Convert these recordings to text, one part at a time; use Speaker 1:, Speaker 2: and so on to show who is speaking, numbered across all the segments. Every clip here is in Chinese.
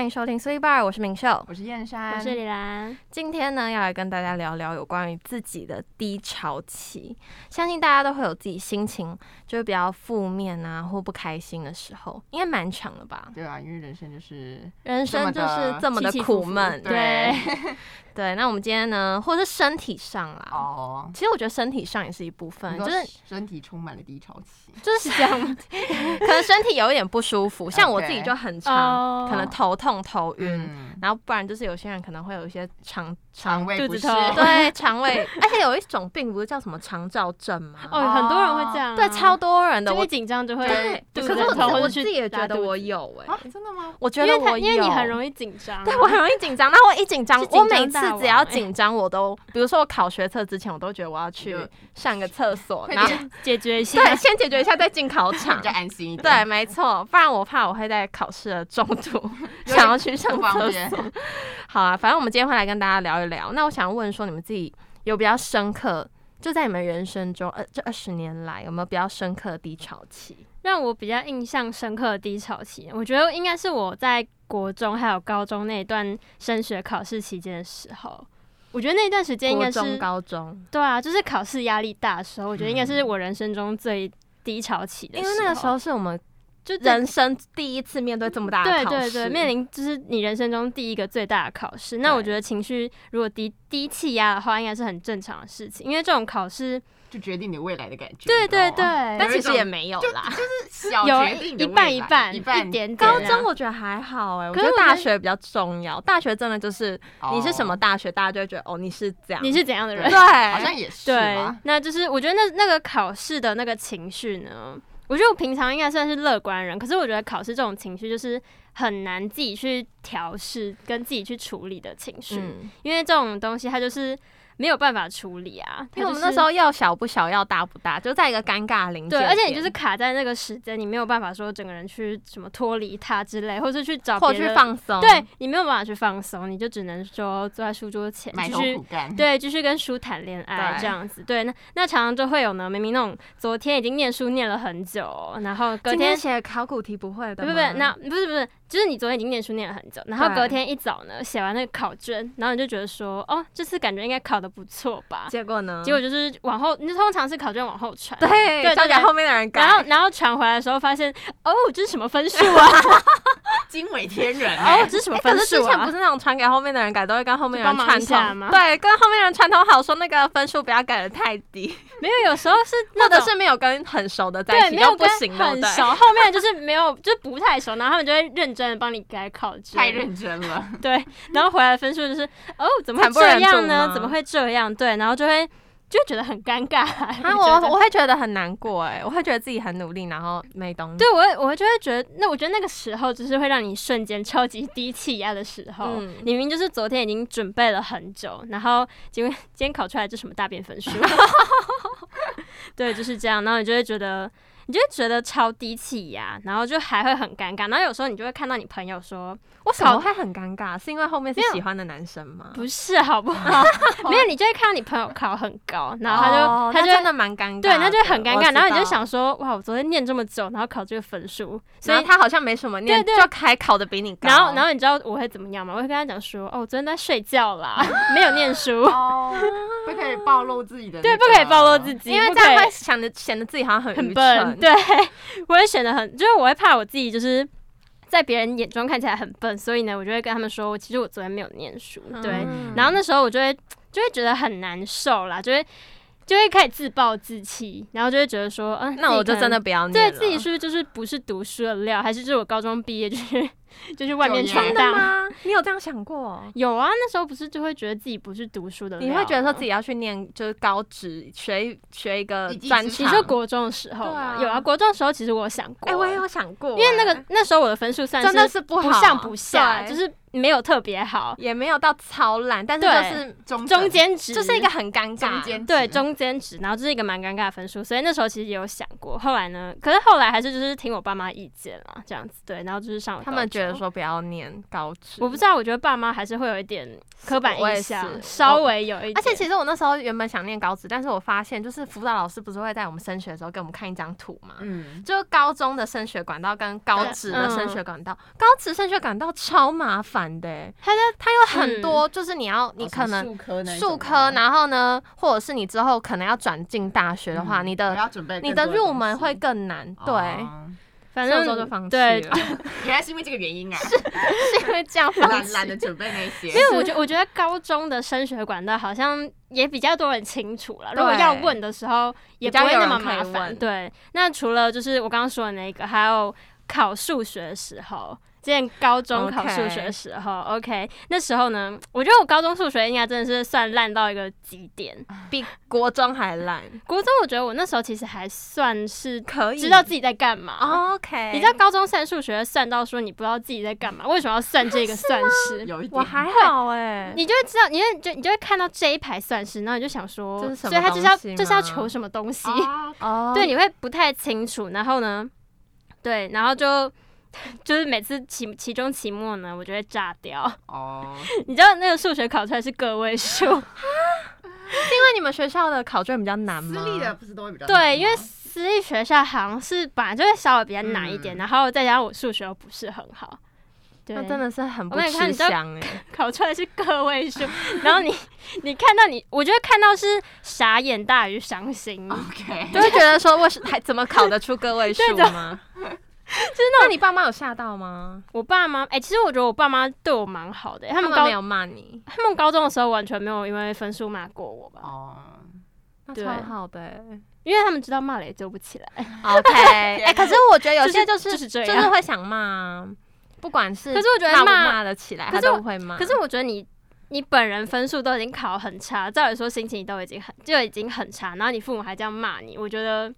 Speaker 1: 迎收听 Three Bar，我是明秀。
Speaker 2: 我是燕山，
Speaker 3: 我是李兰，
Speaker 1: 今天呢，要来跟大家聊聊有关于自己的低潮期。相信大家都会有自己心情就是比较负面啊，或不开心的时候，应该蛮长的吧？
Speaker 2: 对啊，因为人生就是
Speaker 1: 人生就是这么的苦闷，
Speaker 2: 对
Speaker 1: 对。那我们今天呢，或是身体上啦，
Speaker 2: 哦，
Speaker 1: 其实我觉得身体上也是一部分，
Speaker 2: 你
Speaker 1: 就
Speaker 2: 说
Speaker 1: 是
Speaker 2: 身体充满了低潮期，
Speaker 1: 就是这样， 可能身体有一点不舒服，像我自己
Speaker 2: OK
Speaker 1: 就很常
Speaker 3: 哦
Speaker 1: 可能头痛、头晕，
Speaker 2: 嗯，
Speaker 1: 然后不然就是有些人可能会有一些肠
Speaker 2: 肠胃不
Speaker 3: 肚
Speaker 2: 适
Speaker 3: 子，痛
Speaker 1: 对肠胃，而且有一种病不是叫什么肠燥症吗？
Speaker 3: 哦，很多人会这样啊，
Speaker 1: 对，超多人的
Speaker 3: 就
Speaker 1: 我
Speaker 3: 一。紧张就会
Speaker 2: 对
Speaker 3: 肚
Speaker 1: 可
Speaker 3: 子
Speaker 1: 是
Speaker 3: 很痛，
Speaker 1: 我
Speaker 3: 或
Speaker 1: 我
Speaker 3: 者
Speaker 1: 自
Speaker 3: 去
Speaker 1: 己也觉
Speaker 3: 拉
Speaker 1: 得
Speaker 3: 肚
Speaker 1: 我
Speaker 3: 子，
Speaker 1: 有哎、
Speaker 2: 啊，真的吗？
Speaker 1: 我觉
Speaker 3: 因
Speaker 1: 得
Speaker 3: 为
Speaker 1: 我有，
Speaker 3: 他因为你很容易紧张，
Speaker 1: 对我很容易紧张。然后我一紧张
Speaker 3: 是，紧
Speaker 1: 我
Speaker 3: 张
Speaker 1: 每次
Speaker 3: 大王
Speaker 1: 只要
Speaker 3: 欸
Speaker 1: 紧张，我都，比如说我考学测之前，我都觉得我要去
Speaker 2: 就
Speaker 1: 上个厕所，
Speaker 2: 快
Speaker 1: 然后
Speaker 2: 点
Speaker 3: 解决一下，
Speaker 1: 对，先解决一下再进考场
Speaker 2: 比较。安心一点，
Speaker 1: 对，没错，不然我怕我会在考试的中途
Speaker 2: 有点
Speaker 1: 想要去上
Speaker 2: 不方
Speaker 1: 厕
Speaker 2: 便
Speaker 1: 所。好啊，反正我们今天会来跟大家聊一聊。那我想问说，你们自己有比较深刻，就在你们人生中，呃，这二十年来有没有比较深刻的低潮期？
Speaker 3: 让我比较印象深刻的低潮期，我觉得应该是我在国中还有高中那一段升学考试期间的时候。我觉得那段时间应
Speaker 1: 国
Speaker 3: 该是
Speaker 1: 中、高中，
Speaker 3: 对啊，就是考试压力大的时候，我觉得应该是我人生中最低潮期的
Speaker 1: 因为那个时候是我们
Speaker 3: 就这
Speaker 1: 人生第一次面对这么大的
Speaker 3: 对
Speaker 1: 考
Speaker 3: 对
Speaker 1: 试，
Speaker 3: 对，面临就是你人生中第一个最大的考试。那我
Speaker 1: 对
Speaker 3: 觉得情绪如果低低气压的话，应该是很正常的事情，因为这种考试，
Speaker 2: 就决定你未来的感觉，
Speaker 3: 对
Speaker 2: 你知道
Speaker 3: 对
Speaker 2: 吗
Speaker 3: 对，，
Speaker 1: 但其实也没有啦。
Speaker 2: 小
Speaker 3: 有
Speaker 2: 决定你
Speaker 3: 一
Speaker 2: 的
Speaker 3: 半
Speaker 2: 未
Speaker 3: 一
Speaker 2: 来
Speaker 3: 半
Speaker 2: 一半
Speaker 3: 一点点
Speaker 1: 高
Speaker 3: 对啊
Speaker 1: 中我觉得还好哎、我
Speaker 3: 可
Speaker 1: 觉得
Speaker 3: 是我觉
Speaker 1: 大
Speaker 3: 得
Speaker 1: 学比较重要。大学真的就是你是什么？大学，大家就会觉得哦你是这样，
Speaker 3: 你是怎样的人
Speaker 1: 对，？
Speaker 2: 哦好像也是
Speaker 3: 对
Speaker 2: 吧，
Speaker 3: 那就是我觉得那那个考试的那个情绪呢，我觉得我平常应该算是乐观人，可是我觉得考试这种情绪就是很难自己去调试跟自己去处理的情绪，
Speaker 1: 嗯，
Speaker 3: 因为这种东西它就是没有办法处理啊。它
Speaker 1: 因为我们那
Speaker 3: 就是
Speaker 1: 时候要小不小，要大不大，就在一个尴尬临界
Speaker 3: 对，
Speaker 1: 点。
Speaker 3: 而且你就是卡在那个时间，你没有办法说整个人去什么脱离它之类，或是去找
Speaker 1: 或
Speaker 3: 别
Speaker 1: 去
Speaker 3: 的，
Speaker 1: 放松，
Speaker 3: 对你没有办法去放松，你就只能说坐在书桌前
Speaker 2: 埋
Speaker 3: 继
Speaker 2: 头
Speaker 3: 续
Speaker 2: 苦干，
Speaker 3: 对，继续跟书谈恋爱
Speaker 1: 对
Speaker 3: 这样子。对，那那常常就会有呢，明明那种昨天已经念书念了很久，然后隔
Speaker 1: 今
Speaker 3: 天。
Speaker 1: 写考古题不会的
Speaker 3: 不
Speaker 1: 吗，
Speaker 3: 不不，那不是不是，就是你昨天已经念书念了很久，然后
Speaker 1: 对
Speaker 3: 隔天一早呢，写完那个考卷，然后你就觉得说，哦，这次感觉应该考得不错吧？
Speaker 1: 结果呢？
Speaker 3: 结果就是往后，你通常是考卷往后传，
Speaker 1: 嗯对，
Speaker 3: 对
Speaker 1: 交给
Speaker 3: 对
Speaker 1: 后面的人改。
Speaker 3: 然后然后传回来的时候发现，哦，这是什么分数 啊？
Speaker 2: 惊为天 人
Speaker 3: 哦，
Speaker 2: 哎，
Speaker 3: 这是什么
Speaker 1: 诶
Speaker 3: 分
Speaker 1: 可是之
Speaker 3: 数
Speaker 1: 前不
Speaker 3: 啊？
Speaker 1: 是那种传给后面的人改，都会跟后面的人
Speaker 3: 就帮忙
Speaker 1: 串
Speaker 3: 一下
Speaker 1: 通，
Speaker 3: 吗
Speaker 1: 对，跟后面的人串通好，说那个分数不要改的太低，
Speaker 3: 没有，有时候是
Speaker 1: 或
Speaker 3: 那
Speaker 1: 者
Speaker 3: 种
Speaker 1: 是没有跟很熟的在
Speaker 3: 对，
Speaker 1: 一起
Speaker 3: 没有
Speaker 1: 就不
Speaker 3: 跟
Speaker 1: 行的，
Speaker 3: 很
Speaker 1: 对。
Speaker 3: 熟，后面就是没有， 就是不太熟，然后他们就会认真的帮你改考卷，
Speaker 2: 太认真了，
Speaker 3: 对，然后回来的分数就是哦，怎么
Speaker 1: 惨不
Speaker 3: 会
Speaker 1: 忍睹
Speaker 3: 这
Speaker 1: 啊
Speaker 3: 样
Speaker 1: 吗
Speaker 3: 呢？怎么会这样？对，然后就会就会觉得很尴尬，
Speaker 1: 啊，
Speaker 3: 觉得
Speaker 1: 我我会觉得很难过哎，我会觉得自己很努力，然后没东西。
Speaker 3: 对我会我就会觉得，那我觉得那个时候就是会让你瞬间超级低气压的时候，
Speaker 1: 嗯
Speaker 3: 你明明就是昨天已经准备了很久，然后结果今天考出来就什么大便 分数，对，就是这样，然后你就会觉得。你就会觉得超低气压，然后就还会很尴尬，然后有时候你就会看到你朋友说
Speaker 1: 为什么
Speaker 3: 考
Speaker 1: 会很尴尬？是因为后面是
Speaker 3: 没有
Speaker 1: 喜欢的男生吗？
Speaker 3: 不是好不好？ 没有，你就会看到你朋友考很高，然后他就、
Speaker 1: 哦
Speaker 3: 他
Speaker 1: 那
Speaker 3: 就
Speaker 1: 真的蛮尴尬的，
Speaker 3: 对，那就会很尴
Speaker 1: 我
Speaker 3: 尬，
Speaker 1: 知
Speaker 3: 然后你就
Speaker 1: 道
Speaker 3: 想说，哇，我昨天念这么久，然后考这个分数，所
Speaker 1: 所以
Speaker 3: 以。
Speaker 1: 他好像没什么念，
Speaker 3: 对
Speaker 1: 就还考的比你高。
Speaker 3: 然后，然后你知道我会怎么样吗？我会跟他讲说，哦，我昨天在睡觉 啦，没有念书，
Speaker 2: 哦，不可以暴露自己的，
Speaker 3: 对，不可以暴露自
Speaker 2: 己，
Speaker 3: 己，
Speaker 1: 因为
Speaker 3: 不
Speaker 1: 这
Speaker 3: 可以
Speaker 1: 样会想着显得自己好像很啊
Speaker 3: 很
Speaker 1: 愚蠢
Speaker 3: 笨，， 对，我会显得很，就是我会怕我自己就是在别人眼中看起来很笨，所以呢，我就会跟他们说，我其实我昨天没有念书，对，
Speaker 1: 嗯
Speaker 3: 然后那时候我就会就会觉得很难受啦，就会就会开始自暴自弃，然后就会觉得说，嗯、
Speaker 1: 那我
Speaker 3: 自
Speaker 1: 就
Speaker 3: 己可
Speaker 1: 真
Speaker 3: 能
Speaker 1: 的不要念
Speaker 3: 对
Speaker 1: 了。
Speaker 3: 自己是不是就是不是读书的料，还是就是我高中毕业就是就去外 面
Speaker 2: 就业
Speaker 3: 闯
Speaker 1: 真的
Speaker 3: 荡？
Speaker 1: 吗？ 你有这样想过？
Speaker 3: 有啊，那时候不是就会觉得自己不是读书的料，
Speaker 1: 你会觉得说自
Speaker 3: 己。
Speaker 1: 己要去念就是高职，学一学一个
Speaker 2: 一技
Speaker 1: 专
Speaker 2: 之
Speaker 1: 长
Speaker 3: 你
Speaker 2: 长
Speaker 3: 说国中的时候吗
Speaker 1: 对啊
Speaker 3: 有啊，国中的时候其实我有想过，
Speaker 1: 哎、我也有想过、
Speaker 3: 因为那
Speaker 1: 哎
Speaker 3: 个那时候我的分数算
Speaker 1: 真的是不
Speaker 3: 不
Speaker 1: 好，
Speaker 3: 上不下，
Speaker 1: 对
Speaker 3: 就是没有特别好，
Speaker 1: 也没有到超烂，但是
Speaker 3: 对
Speaker 1: 就是
Speaker 2: 中
Speaker 3: 中
Speaker 2: 间
Speaker 3: 间值
Speaker 1: 就是一个很尴
Speaker 2: 中
Speaker 1: 尬。
Speaker 2: 间
Speaker 3: 对
Speaker 2: 值
Speaker 3: 中间值，然后这是一个蛮尴尬的分数，所以那时候其实啊也有想过，后来呢，可是后来还是就是听我爸妈意见啦，这样子对，然后就是上了
Speaker 1: 他们
Speaker 3: 高
Speaker 1: 觉得说不要念高职，
Speaker 3: 我不知道，我觉得爸妈还是会有一点刻板
Speaker 1: 我也
Speaker 3: 印象，
Speaker 1: 是
Speaker 3: 稍
Speaker 1: 我
Speaker 3: 微有一点。
Speaker 1: 而且其实我那时候原本想念高职，但是我发现就是辅导老师不是会在我们升学的时候给我们看一张图嘛，
Speaker 2: 嗯，
Speaker 1: 就是高中的升学管道跟高职的升学管道，高职升学管道超麻烦的、欸，
Speaker 3: 他在
Speaker 1: 它有很多就是你
Speaker 2: 哦
Speaker 1: 要你可能
Speaker 2: 数科那一
Speaker 1: 数
Speaker 2: 种
Speaker 1: 科，
Speaker 2: 的
Speaker 1: 然后呢，或者是你之后可能要转进大学的话，
Speaker 2: 嗯
Speaker 1: 你
Speaker 2: 我
Speaker 1: 的
Speaker 2: 要准备
Speaker 1: 你
Speaker 2: 更
Speaker 1: 的
Speaker 2: 多
Speaker 1: 入
Speaker 2: 东
Speaker 1: 门
Speaker 2: 西
Speaker 1: 会更难，对，
Speaker 2: 哦
Speaker 3: 反
Speaker 1: 所以我
Speaker 3: 正
Speaker 1: 之后就放弃
Speaker 3: 对，
Speaker 1: 了，是
Speaker 2: 原来是因为这个原因啊，
Speaker 1: 因为这样放
Speaker 2: 懒
Speaker 1: 弃。
Speaker 2: 懒得准备那些
Speaker 3: 因。为我觉我觉得高中的升学管道好像也比较多人清楚了，
Speaker 1: 对
Speaker 3: 如果要问的时候也不会那么麻
Speaker 1: 比较有人可以
Speaker 3: 烦。
Speaker 1: 问
Speaker 3: 对，那除了就是我刚刚说的那个，还有考数学的时候。之前高中
Speaker 1: OK
Speaker 3: 考数学的时候 OK，那时候呢，我觉得我高中数学应该真的是算烂到一个极点。
Speaker 1: 比国中还烂，
Speaker 3: 国中我觉得我那时候其实还算是
Speaker 1: 可以哦
Speaker 3: 知道自己在干嘛。
Speaker 1: OK，
Speaker 3: 哦你知道高中算数学算到说你不知道自己在干嘛，为什么要算这个算式？
Speaker 2: 有一点
Speaker 1: 我还好哎、
Speaker 3: 你就会知道，你就就你就会看到这一排算式，然后你就想说，
Speaker 1: 这是什么
Speaker 3: 所以他就是要
Speaker 1: 东西吗
Speaker 3: 就是要求什么东西，
Speaker 2: 啊，
Speaker 1: 哦
Speaker 3: 对，你会不太清楚。然后呢，对，然后就 就是每次期期中期末呢，我就会炸掉。
Speaker 2: 哦，
Speaker 3: 你知道那个数学考出来是个 位数，
Speaker 1: 因为你们学校的考卷比较难
Speaker 2: 私
Speaker 1: 吗？
Speaker 2: 立的不是都会比较
Speaker 3: 对，因为
Speaker 2: 难吗
Speaker 3: 私立学校好像是本来就会稍微比较难一点，
Speaker 2: 嗯
Speaker 3: 然后再加上我数学又不是很好，对，
Speaker 1: 那真的是很不
Speaker 3: 我每看
Speaker 1: 吃
Speaker 3: 你知道
Speaker 1: 香哎、
Speaker 3: 考出来是个位数，然后你 你看到你，我觉得看到是傻眼大于 伤心。
Speaker 2: OK，
Speaker 1: 就会觉得说我是还怎么考得出个位数
Speaker 3: 对
Speaker 1: 吗？ 就是那你爸妈有吓到吗？
Speaker 3: 我爸妈，哎、其实我觉得我爸妈对我蛮好的、他
Speaker 1: 他
Speaker 3: 们
Speaker 1: 们
Speaker 3: 高
Speaker 1: 没有骂你，
Speaker 3: 他们高中的时候完全没有因为分数骂过我吧，
Speaker 2: 哦，
Speaker 1: 那
Speaker 3: 对
Speaker 1: 超好的欸、
Speaker 3: 因为他们知道骂了也救不起来。
Speaker 1: OK，哎、可是我觉得有些
Speaker 3: 啊就是是就是这
Speaker 1: 就
Speaker 3: 样
Speaker 1: 是会想骂啊，不管是
Speaker 3: 可是我觉得
Speaker 1: 骂不
Speaker 3: 骂
Speaker 1: 骂得起来，
Speaker 3: 可
Speaker 1: 他
Speaker 3: 是
Speaker 1: 都
Speaker 3: 我
Speaker 1: 会骂。
Speaker 3: 可是我觉得你你本人分数都已经考很差，照理说心情都已经很就已经很差，然后你父母还这样骂你，我觉得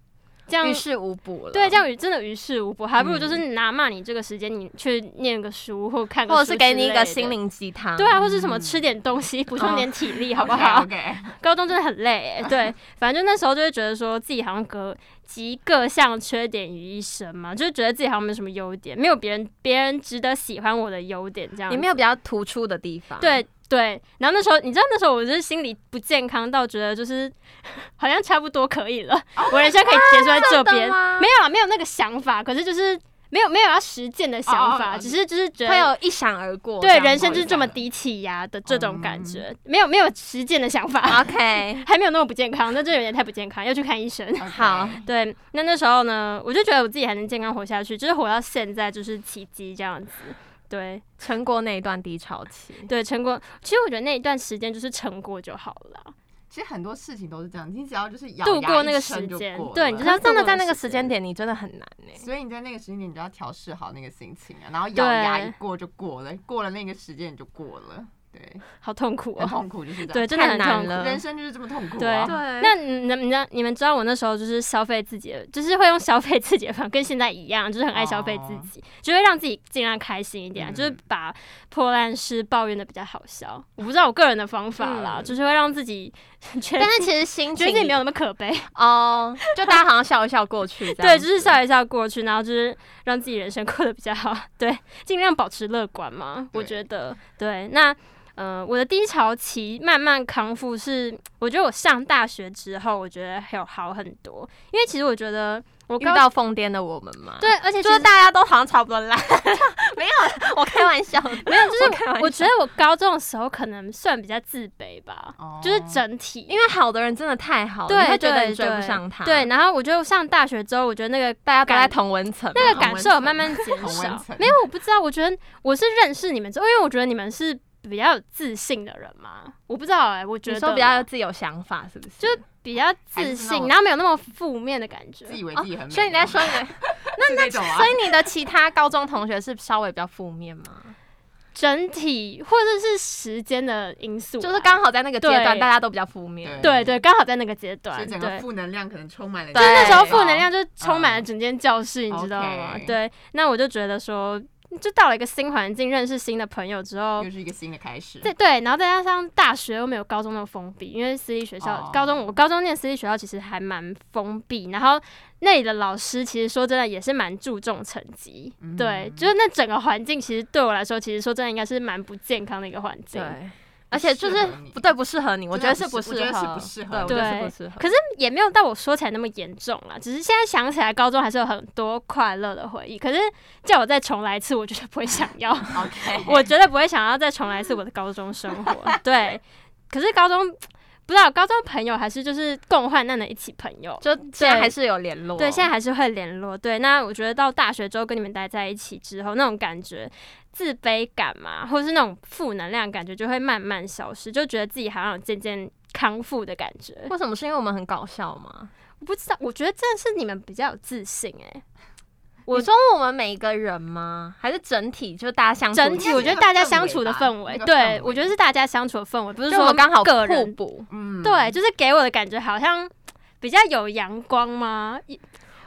Speaker 3: 这样
Speaker 1: 于事无补了，
Speaker 3: 对这样于真的于事无补，还不如就是拿骂你这个时间，你去念个书嗯或看个
Speaker 1: 或
Speaker 3: 书
Speaker 1: 者是给你一
Speaker 3: 之类
Speaker 1: 个
Speaker 3: 的
Speaker 1: 心。灵鸡汤。
Speaker 3: 对啊，或是什么吃点东西补充点体力，好不好？
Speaker 2: ？OK，
Speaker 3: 高中真的很累、 欸，对，反正就那时候就会觉得说自己好像各集各项缺点于一身嘛，就是觉得自己好像没有什么优点，没有别人别人值得喜欢我的优点这样子。
Speaker 1: 你没有比较突出的地方。，
Speaker 3: 对对，然后那时候你知道那时候我就是心理不健康到觉得就是 好像差不多可以了，
Speaker 1: 哦
Speaker 3: 我人生可以结束在这边，
Speaker 1: 吗
Speaker 3: 没有啊，没有那个想法，可是就是没有没有要实践的想
Speaker 2: 哦
Speaker 3: 法，
Speaker 2: 哦哦
Speaker 3: 只是就是觉
Speaker 1: 他
Speaker 3: 得。
Speaker 1: 有一闪而过这
Speaker 3: 对，
Speaker 1: 样嗯子。
Speaker 3: 人生就是这么低气压的这种感觉，没有没有实践的想法。
Speaker 1: OK，
Speaker 3: 还没有那么不健康，那这有点太不健康，要去看医生。
Speaker 1: 好
Speaker 3: 对，那那时候呢，我就觉得我自己还能健康活下去，就是活到现在就是奇迹这样子。对
Speaker 1: 成果那一段低潮期，
Speaker 3: 对，成果，其实我觉得那一段时间就是撑过就好了啦，
Speaker 2: 其实很多事情都是这样，你只要就是咬
Speaker 3: 度
Speaker 2: 牙
Speaker 3: 过
Speaker 2: 一
Speaker 3: 那个
Speaker 2: 撑
Speaker 3: 时
Speaker 2: 就
Speaker 3: 间
Speaker 2: 过
Speaker 3: 对
Speaker 2: 了
Speaker 3: 你就
Speaker 1: 可
Speaker 3: 是要
Speaker 1: 是真的
Speaker 3: 度过
Speaker 1: 在
Speaker 3: 那
Speaker 1: 那
Speaker 3: 个
Speaker 1: 个
Speaker 3: 时
Speaker 1: 时
Speaker 3: 间
Speaker 1: 间点，你真的很难
Speaker 3: 欸
Speaker 1: 哎、
Speaker 2: 所以你在那个时间点，你就要调试好那个心情啊，然后咬牙
Speaker 3: 对
Speaker 2: 一过就过了，过了那个时间你就过了，对，
Speaker 3: 好痛苦
Speaker 2: 很
Speaker 3: 哦、
Speaker 2: 痛苦就是这
Speaker 3: 对，
Speaker 2: 样，
Speaker 3: 真的
Speaker 1: 太
Speaker 3: 很
Speaker 1: 难
Speaker 3: 痛苦。
Speaker 1: 了哦
Speaker 2: 人生就是这么痛苦啊。
Speaker 1: 对
Speaker 3: 那你们、你们、你们知道我那时候就是消费自己的，就是会用消费自己的方法，跟现在一样，就是很爱消费自
Speaker 1: 哦
Speaker 3: 己，就会让自己尽量开心一点啊，
Speaker 2: 嗯
Speaker 3: 就是把破烂事抱怨的比较好笑。我不知道我个人的方法啦，
Speaker 1: 嗯
Speaker 3: 就是会让自己 觉得
Speaker 1: 但是其实心
Speaker 3: 觉
Speaker 1: 情
Speaker 3: 得自己没有那么可 悲，
Speaker 1: 哦，就大家好像笑一笑过去，这
Speaker 3: 对，
Speaker 1: 样
Speaker 3: 就
Speaker 1: 子
Speaker 3: 是笑一笑过去，然后就是让自己人生过得比较好， 对，尽量保持乐观嘛，我
Speaker 2: 对
Speaker 3: 觉得对。那呃，我的低潮期慢慢康复是，我觉得我上大学之后，我觉得还有好很多，因为其实我觉得我
Speaker 1: 遇
Speaker 3: 高
Speaker 1: 到疯癫的我们嘛，，
Speaker 3: 对，而且
Speaker 1: 就是大家都好像差不多烂， 没有，我开玩笑的，没有，
Speaker 3: 就是
Speaker 1: 开玩
Speaker 3: 我觉
Speaker 1: 得。
Speaker 3: 得我高中的时候可能算比较自卑吧，
Speaker 2: 哦
Speaker 3: 就是整体，
Speaker 1: 因为好的人真的太好了，
Speaker 3: 对
Speaker 1: 你会觉得
Speaker 3: 对
Speaker 1: 你追
Speaker 3: 对
Speaker 1: 不上他。
Speaker 3: 对，，然后我就上大学之后，我觉得那个
Speaker 1: 大家都
Speaker 3: 感
Speaker 1: 在同文层嘛。
Speaker 3: 那个
Speaker 2: 同
Speaker 3: 感
Speaker 2: 温
Speaker 3: 受有
Speaker 2: 层
Speaker 3: 慢慢减
Speaker 2: 同温
Speaker 3: 少。
Speaker 2: 层
Speaker 3: 没有，我不知道。我觉得我是认识你们之后，因为我觉得你们是比较有自信的人嘛。我不知道哎、我觉
Speaker 1: 你
Speaker 3: 得
Speaker 1: 说比较
Speaker 3: 啦
Speaker 1: 自己有想法，是不是？
Speaker 3: 就比较
Speaker 2: 还
Speaker 3: 自
Speaker 2: 是那
Speaker 3: 信，
Speaker 2: 种
Speaker 3: 然后没有那么负面的感觉。
Speaker 2: 自以为自己很美、
Speaker 1: 哦所以你在说你的，
Speaker 2: 那那种啊
Speaker 1: 所，以你的其他高中同学是稍微比较负面吗？
Speaker 3: 整体或者是时间的因素啦，
Speaker 1: 就是刚好在那个阶段，
Speaker 3: 对
Speaker 1: 大家都比较负面。
Speaker 3: 对对，刚好在那个阶
Speaker 2: 所
Speaker 3: 段，
Speaker 2: 以整个
Speaker 3: 对。
Speaker 2: 负能量可能充满了
Speaker 1: 对
Speaker 2: 你的
Speaker 3: 那时候
Speaker 2: 细胞
Speaker 3: 负能量就充满了整间教室，你知道吗？
Speaker 2: OK
Speaker 3: 对，那我就觉得说，就到了一个新环境，认识新的朋友之后
Speaker 2: 又，是一个新的开始。
Speaker 3: 对对，然后再加上大学又没有高中那么封闭，因为私立学校，
Speaker 2: 哦
Speaker 3: 高中我高中念私立学校其实还蛮封闭，然后那里的老师其实说真的也是蛮注重成绩，对，就是那整个环境其实对我来说，其实说真的应该是蛮不健康的一个环境，
Speaker 1: 对，而且就
Speaker 2: 适
Speaker 1: 是
Speaker 2: 合你
Speaker 1: 不对，不适合你，我觉得是不适
Speaker 2: 我觉得是
Speaker 1: 合，
Speaker 2: 不适合
Speaker 1: 对，我觉得
Speaker 3: 对
Speaker 1: 是不适合。
Speaker 3: 可是也没有到我说起来那么严重啦，只是现在想起来，高中还是有很多快乐的回忆。可是叫我再重来一次，我绝对不会想 要，
Speaker 2: OK，
Speaker 3: 我绝对不会想要再重来一次我的高中生 活。对，可是高中不知道，高中朋友还是就是共患难的一起朋友。
Speaker 1: 就现在还是有联络，
Speaker 3: 对，现在还是会联络。对，那我觉得到大学之后跟你们待在一起之后，那种感觉自卑感嘛，或者是那种负能量感觉，就会慢慢消失，就觉得自己好像有渐渐康复的感觉。
Speaker 1: 为什么？是因为我们很搞笑吗？
Speaker 3: 我不知道，我觉得真的是你们比较有自信哎、我
Speaker 1: 你说我们每一个人吗？还是整体？就是大家相处
Speaker 3: 整
Speaker 1: 起
Speaker 3: 体
Speaker 1: 来
Speaker 3: 我觉得大家相处的
Speaker 2: 氛
Speaker 3: 氛
Speaker 2: 围吧那，
Speaker 3: 围
Speaker 2: 个氛围
Speaker 3: 对我觉得是大家相处的氛围，不是
Speaker 1: 就我
Speaker 3: 说
Speaker 1: 们刚好
Speaker 3: 个
Speaker 1: 互
Speaker 3: 人。
Speaker 1: 补。
Speaker 2: 嗯，
Speaker 3: 对，就是给我的感觉好像比较有阳光吗？一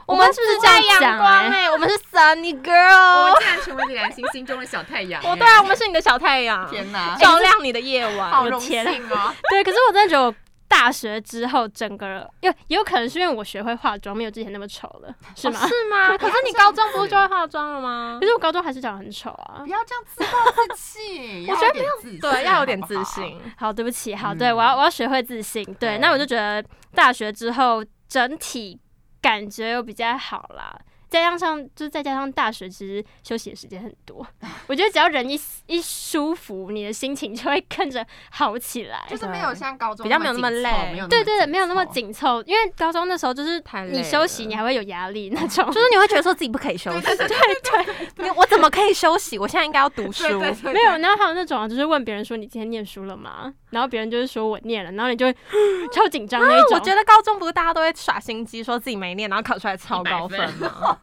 Speaker 1: 我
Speaker 3: 我们
Speaker 1: 们是不是这样
Speaker 3: 讲
Speaker 1: 阳
Speaker 3: 啊
Speaker 1: 光哎？我们是 Sunny
Speaker 2: 我
Speaker 1: Girl，
Speaker 2: 们竟然成为李兰心心中的小太阳。欸
Speaker 1: 哦，对哦 啊，我们是你的小太阳，
Speaker 2: 天哪，
Speaker 1: 照亮你的夜晚。
Speaker 2: 好荣幸哦！
Speaker 3: 对，可是我真的觉得我大学之后整个人，也也有可能是因为我学会化妆，没有之前那么丑了，是吗？
Speaker 1: 哦是吗？可是你高中不是就会化妆了 吗
Speaker 3: 可？是我高中还是长得很丑啊
Speaker 2: 不。要这样自暴自弃，
Speaker 1: 我
Speaker 2: 要
Speaker 1: 觉得
Speaker 2: 有点自信，
Speaker 1: 对，要有点
Speaker 2: 好不
Speaker 1: 自
Speaker 2: 好。
Speaker 1: 信。
Speaker 3: 好，对不起，好，
Speaker 2: 嗯
Speaker 3: 对我要我要学会自信。对，
Speaker 2: 对
Speaker 3: 那我就觉得大学之后整体感觉又比较好啦，再加上就是再加上大学其实休息的时间很多，
Speaker 1: 啊
Speaker 3: 我觉得只要人一一舒服，你的心情就会跟着好起来
Speaker 2: 就。是没有像高中
Speaker 1: 比较没有那么
Speaker 2: 紧
Speaker 1: 累
Speaker 2: 凑没有那么
Speaker 3: 对对对，没有那么
Speaker 2: 紧
Speaker 3: 紧凑，因为高中那时候就是
Speaker 1: 太累
Speaker 3: 你休息，
Speaker 1: 了哦
Speaker 3: 你还会有压力那种。
Speaker 1: 就是你会觉得说自己不可以休息，对对对，你我怎么可以休息？我现在应该要读
Speaker 2: 凑。
Speaker 1: 书，
Speaker 2: 对对对，
Speaker 3: 没有，然后还有那种啊，就是问别人说你今天念书了吗？然后别人就是说我念了，然后你就会 超紧张那一种。
Speaker 1: 啊我觉得高中不是大家都会耍心机，说自己没念，然后考出来超高分吗？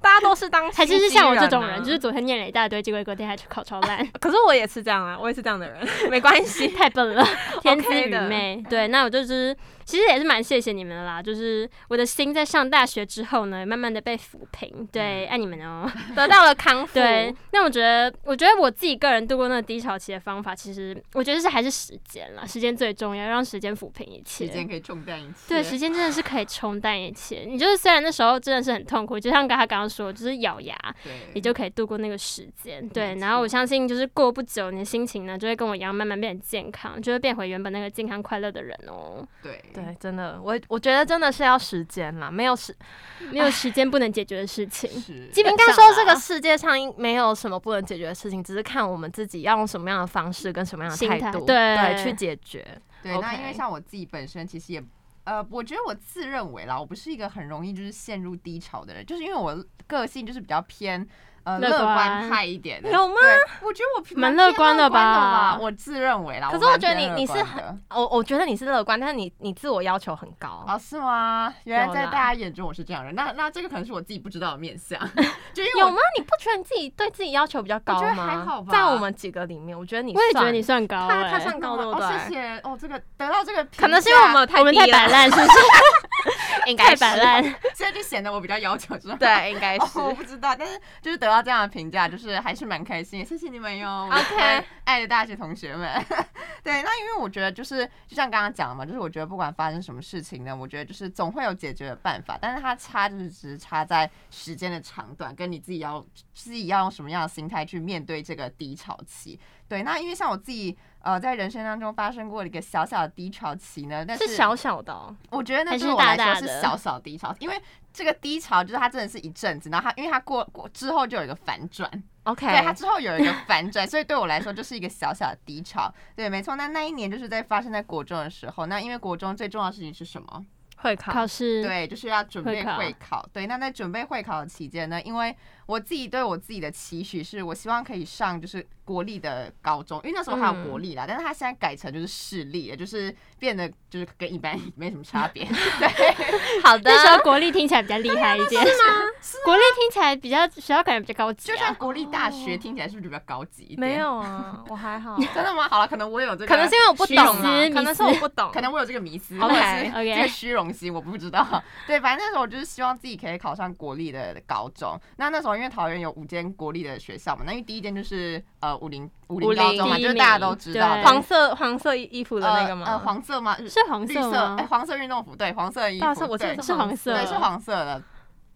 Speaker 1: 大家都是当
Speaker 3: 还
Speaker 1: 心机
Speaker 3: 是是像我这种人，
Speaker 1: 啊
Speaker 3: 就是昨天念了一大堆，结果隔天还去考超烂，
Speaker 1: 可是我也是这样啊，我也是这样的人， 没关系。
Speaker 3: 太笨了，天资
Speaker 1: OK
Speaker 3: 愚
Speaker 1: 的
Speaker 3: 昧。对，那我就是其实也是蛮谢谢你们的啦，就是我的心在上大学之后呢，慢慢的被抚平。对，爱你们哦。
Speaker 1: 得到了康复，
Speaker 3: 对，那我觉得，我觉得我自己个人度过那个低潮期的方法，其实我觉得是还是时间啦，时间最重要，让时间抚平一切。
Speaker 2: 时间可以冲淡一切。
Speaker 3: 对，时间真的是可以冲淡一切。你就是虽然那时候真的是很痛苦，就像刚他刚刚说，就是咬牙，
Speaker 2: 对
Speaker 3: 你就可以度过那个时间。对，
Speaker 2: 没
Speaker 3: 然后我
Speaker 2: 错
Speaker 3: 相信，就是过不久，你的心情呢就会跟我一样慢慢变得健康，就会变回原本那个健康快乐的人哦。
Speaker 2: 对
Speaker 1: 对，真的，我我觉得真的是要时间啦，没有时，
Speaker 3: 没有时间不能解决的 事情。
Speaker 2: 是
Speaker 3: 基本
Speaker 1: 应该
Speaker 3: 上
Speaker 1: 说
Speaker 3: 啦
Speaker 1: 这个世界上应没有什么不能解决的事情，只是看我们自己要用什么样的方式跟什么样的
Speaker 3: 心
Speaker 1: 态
Speaker 3: 态
Speaker 1: 度，
Speaker 3: 对
Speaker 1: 去解决。
Speaker 2: 对，那
Speaker 1: OK
Speaker 2: 因为像我自己本身其实也，呃，我觉得我自认为啦，我不是一个很容易就是陷入低潮的人，就是因为我个性就是比较偏呃
Speaker 3: 乐
Speaker 2: 乐
Speaker 3: 观
Speaker 2: 观派一点的。
Speaker 1: 有吗？
Speaker 2: 对，我觉得我平
Speaker 3: 蛮
Speaker 2: 偏
Speaker 3: 乐
Speaker 2: 乐
Speaker 3: 观的
Speaker 2: 的
Speaker 3: 吧
Speaker 2: 我自认为啦。
Speaker 1: 可是
Speaker 2: 蛮
Speaker 1: 我觉得
Speaker 2: 偏
Speaker 1: 你
Speaker 2: 乐
Speaker 1: 你是
Speaker 2: 观
Speaker 1: 很
Speaker 2: 的
Speaker 1: 我我觉得你是乐观，但是你你自我要求很高。
Speaker 2: 哦，是吗？原来
Speaker 1: 有
Speaker 2: 在
Speaker 1: 啦
Speaker 2: 大家眼中我是这样的人，那那这个可能是我自己不知道的面 相，就因为
Speaker 1: 有
Speaker 2: 我
Speaker 1: 吗？你不觉得你自己对自己要求比较高
Speaker 2: 我觉得
Speaker 1: 吗？
Speaker 2: 还好吧
Speaker 1: 在我们几个里面，我觉得你
Speaker 3: 我也觉得
Speaker 1: 算
Speaker 3: 你算高
Speaker 1: 他他
Speaker 3: 欸
Speaker 1: 算高对不
Speaker 2: 哦，谢
Speaker 1: 对？
Speaker 2: 谢哦，这个得到这个评价，
Speaker 1: 可能是因为我们有
Speaker 3: 我
Speaker 1: 太
Speaker 3: 们
Speaker 1: 低
Speaker 3: 太摆烂是不是？
Speaker 1: 应该
Speaker 3: 太
Speaker 1: 是
Speaker 3: 摆。烂。
Speaker 2: 现在就显得我比较要求是吧？
Speaker 1: 对，应该是
Speaker 2: 哦，我不知道，但是就是得到这样的评价，就是还是蛮开心的，谢谢你们哟
Speaker 1: OK
Speaker 2: 我的爱的大学同学们。 对，那因为我觉得就是就像刚刚讲的嘛，就是我觉得不管发生什么事情呢，我觉得就是总会有解决的办法，但是它差就是只是差在时间的长短，跟你自己要自己要用什么样的心态去面对这个低潮期。对，那因为像我自己呃在人生当中发生过一个小小的低潮期呢，但
Speaker 1: 是小小的哦，
Speaker 2: 我觉得那
Speaker 3: 还是
Speaker 2: 对我来说
Speaker 3: 大大的
Speaker 2: 是小小低潮，因为这个低潮就是它真的是一阵子，然后它因为它过过之后就有一个反转，
Speaker 1: OK，
Speaker 2: 对它之后有一个反转，所以对我来说就是一个小小的低潮。对，没错。那那一年就是在发生在国中的时候，那因为国中最重要的事情是什么？
Speaker 1: 会考
Speaker 3: 考试
Speaker 2: 对，就是要准备
Speaker 3: 嗯会考
Speaker 2: 会考。对，那在准备会考的期间呢，因为我自己对我自己的期许是，我希望可以上就是国立的高中，因为那时候还
Speaker 3: 嗯
Speaker 2: 有国立啦，但是他现在改成就是市立了，就是变得就是跟一般 没什么差别。
Speaker 1: 好的
Speaker 3: 那时候国力听起来比较厉害一点， 国力听起来比较学校感觉比较高级
Speaker 2: 就
Speaker 3: 啊
Speaker 2: 算。国立大学听起来是不是比较高级一点？
Speaker 1: 哦没，有啊，我还好，
Speaker 2: 真的吗？好了，可能我有这 个，
Speaker 1: 可能是因为我不懂
Speaker 3: 迷
Speaker 1: 啊，
Speaker 3: 思
Speaker 1: 可能是我不懂，
Speaker 2: 可能我有这个迷思
Speaker 1: OK，
Speaker 2: 或者是
Speaker 3: OK
Speaker 2: 这个 虚荣心，我不知道。对，反正那时候我就是希望自己可以考上国立的高中。那那时候中，因为桃园有五间国立的学校嘛，那因为第一间就是呃武林武
Speaker 1: 武
Speaker 2: 林
Speaker 1: 林
Speaker 2: 高中嘛，
Speaker 3: 第一
Speaker 2: 就是大家
Speaker 3: 名
Speaker 2: 都知道的
Speaker 3: 对
Speaker 1: 黄色黄色衣服的那个吗？
Speaker 2: 呃呃，黄色吗？
Speaker 3: 是黄
Speaker 2: 绿
Speaker 3: 色吗？
Speaker 2: 哎、黄色运动服，对，黄色衣
Speaker 1: 大
Speaker 2: 服，
Speaker 1: 色，啊我记得
Speaker 2: 对
Speaker 3: 是黄色
Speaker 2: 对，是黄色的。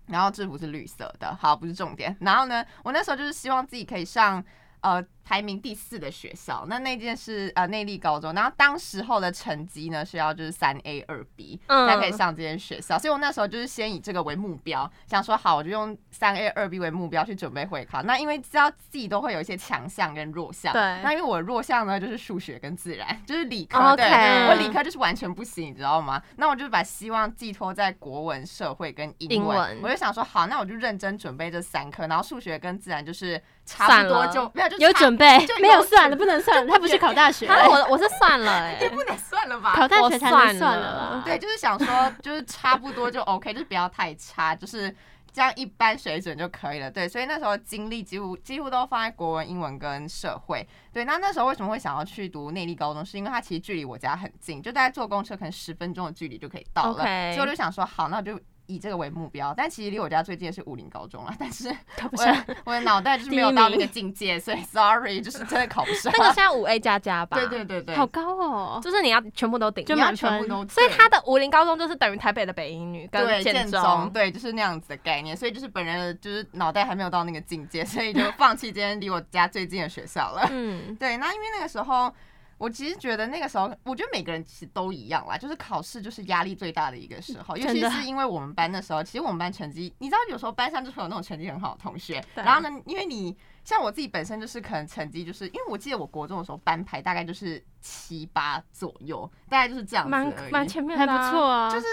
Speaker 2: 然后制服是绿色的，好，不是重点。然后呢，我那时候就是希望自己可以上呃排名第四的学校，那那件是呃内力高中。然后当时候的成绩呢是要就是三 A 二 B
Speaker 1: 嗯
Speaker 2: 才可以上这间学校，所以我那时候就是先以这个为目标，想说好我就用三 A 二 B 为目标去准备会考。那因为知道自己都会有一些强项跟弱项，
Speaker 1: 对
Speaker 2: 那因为我的弱项呢就是数学跟自然，就是理科
Speaker 1: 哦 OK
Speaker 2: 对我理科就是完全不行，你知道吗？那我就把希望寄托在国文、社会跟英文。
Speaker 1: 英文
Speaker 2: 我就想说，好，那我就认真准备这三科，然后数学跟自然就是差不多
Speaker 1: 算了
Speaker 2: 就没有就
Speaker 3: 有
Speaker 2: 差
Speaker 3: 准备
Speaker 2: 就，有
Speaker 3: 没有算了，不能算了，他不是考大 学，
Speaker 1: 啊，我我是算了哎、
Speaker 2: 不能算了吧？
Speaker 3: 考大
Speaker 1: 我
Speaker 3: 学才
Speaker 1: 算
Speaker 3: 能算
Speaker 1: 了
Speaker 3: 了啦。
Speaker 2: 对，就是想说，就是差不多就 OK，就是不要太差，就是这样一般水准就可以了。对，所以那时候精力几乎几乎都放在国文、英文跟社会。对，那那时候为什么会想要去读内力高中？是因为它其实距离我家很近，就大概坐公车可能十分钟的距离就可以到了。
Speaker 1: OK
Speaker 2: 所以我就想说，好，那我就。以这个为目标，但其实离我家最近的是武林高中了，啊但是
Speaker 3: 考不
Speaker 2: 我
Speaker 3: 上
Speaker 2: 的我的脑袋就是没
Speaker 3: 第
Speaker 2: 有
Speaker 3: 一
Speaker 2: 到那
Speaker 3: 名
Speaker 2: 个境界，所以 sorry，就是真的考不上
Speaker 1: 那。个现在五 A 加加吧，
Speaker 2: 对对对对，
Speaker 3: 好高哦，
Speaker 1: 就是你要全部都顶
Speaker 3: 就
Speaker 2: 你要
Speaker 3: 满
Speaker 2: 全部
Speaker 3: 分
Speaker 2: 都
Speaker 1: 所以
Speaker 2: 对
Speaker 1: 他的武林高中就是等于台北的北英女
Speaker 2: 嗯对
Speaker 1: 跟
Speaker 2: 建
Speaker 1: 中，
Speaker 2: 对，就是那样子的概念。所以就是本人的就是脑袋还没有到那个境界， 所以就放弃今天离我家最近的学校了。
Speaker 1: 嗯，
Speaker 2: 对，那因为那个时候，我其实觉得那个时候，我觉得每个人其实都一样啦，就是考试就是压力最大的一个时候，尤
Speaker 3: 真
Speaker 2: 其
Speaker 3: 的
Speaker 2: 是因为我们班那时候，其实我们班成绩，你知道有时候班上就会有那种成绩很好的同学，
Speaker 1: 对
Speaker 2: 然后呢，因为你像我自己本身就是可能成绩就是，因为我记得我国中的时候班排大概就是七八左右，大概就是这样子
Speaker 1: 蛮
Speaker 2: 而已
Speaker 1: 蛮前面
Speaker 3: 还
Speaker 1: 的
Speaker 3: 不
Speaker 1: 啊、
Speaker 3: 错啊，
Speaker 2: 就是，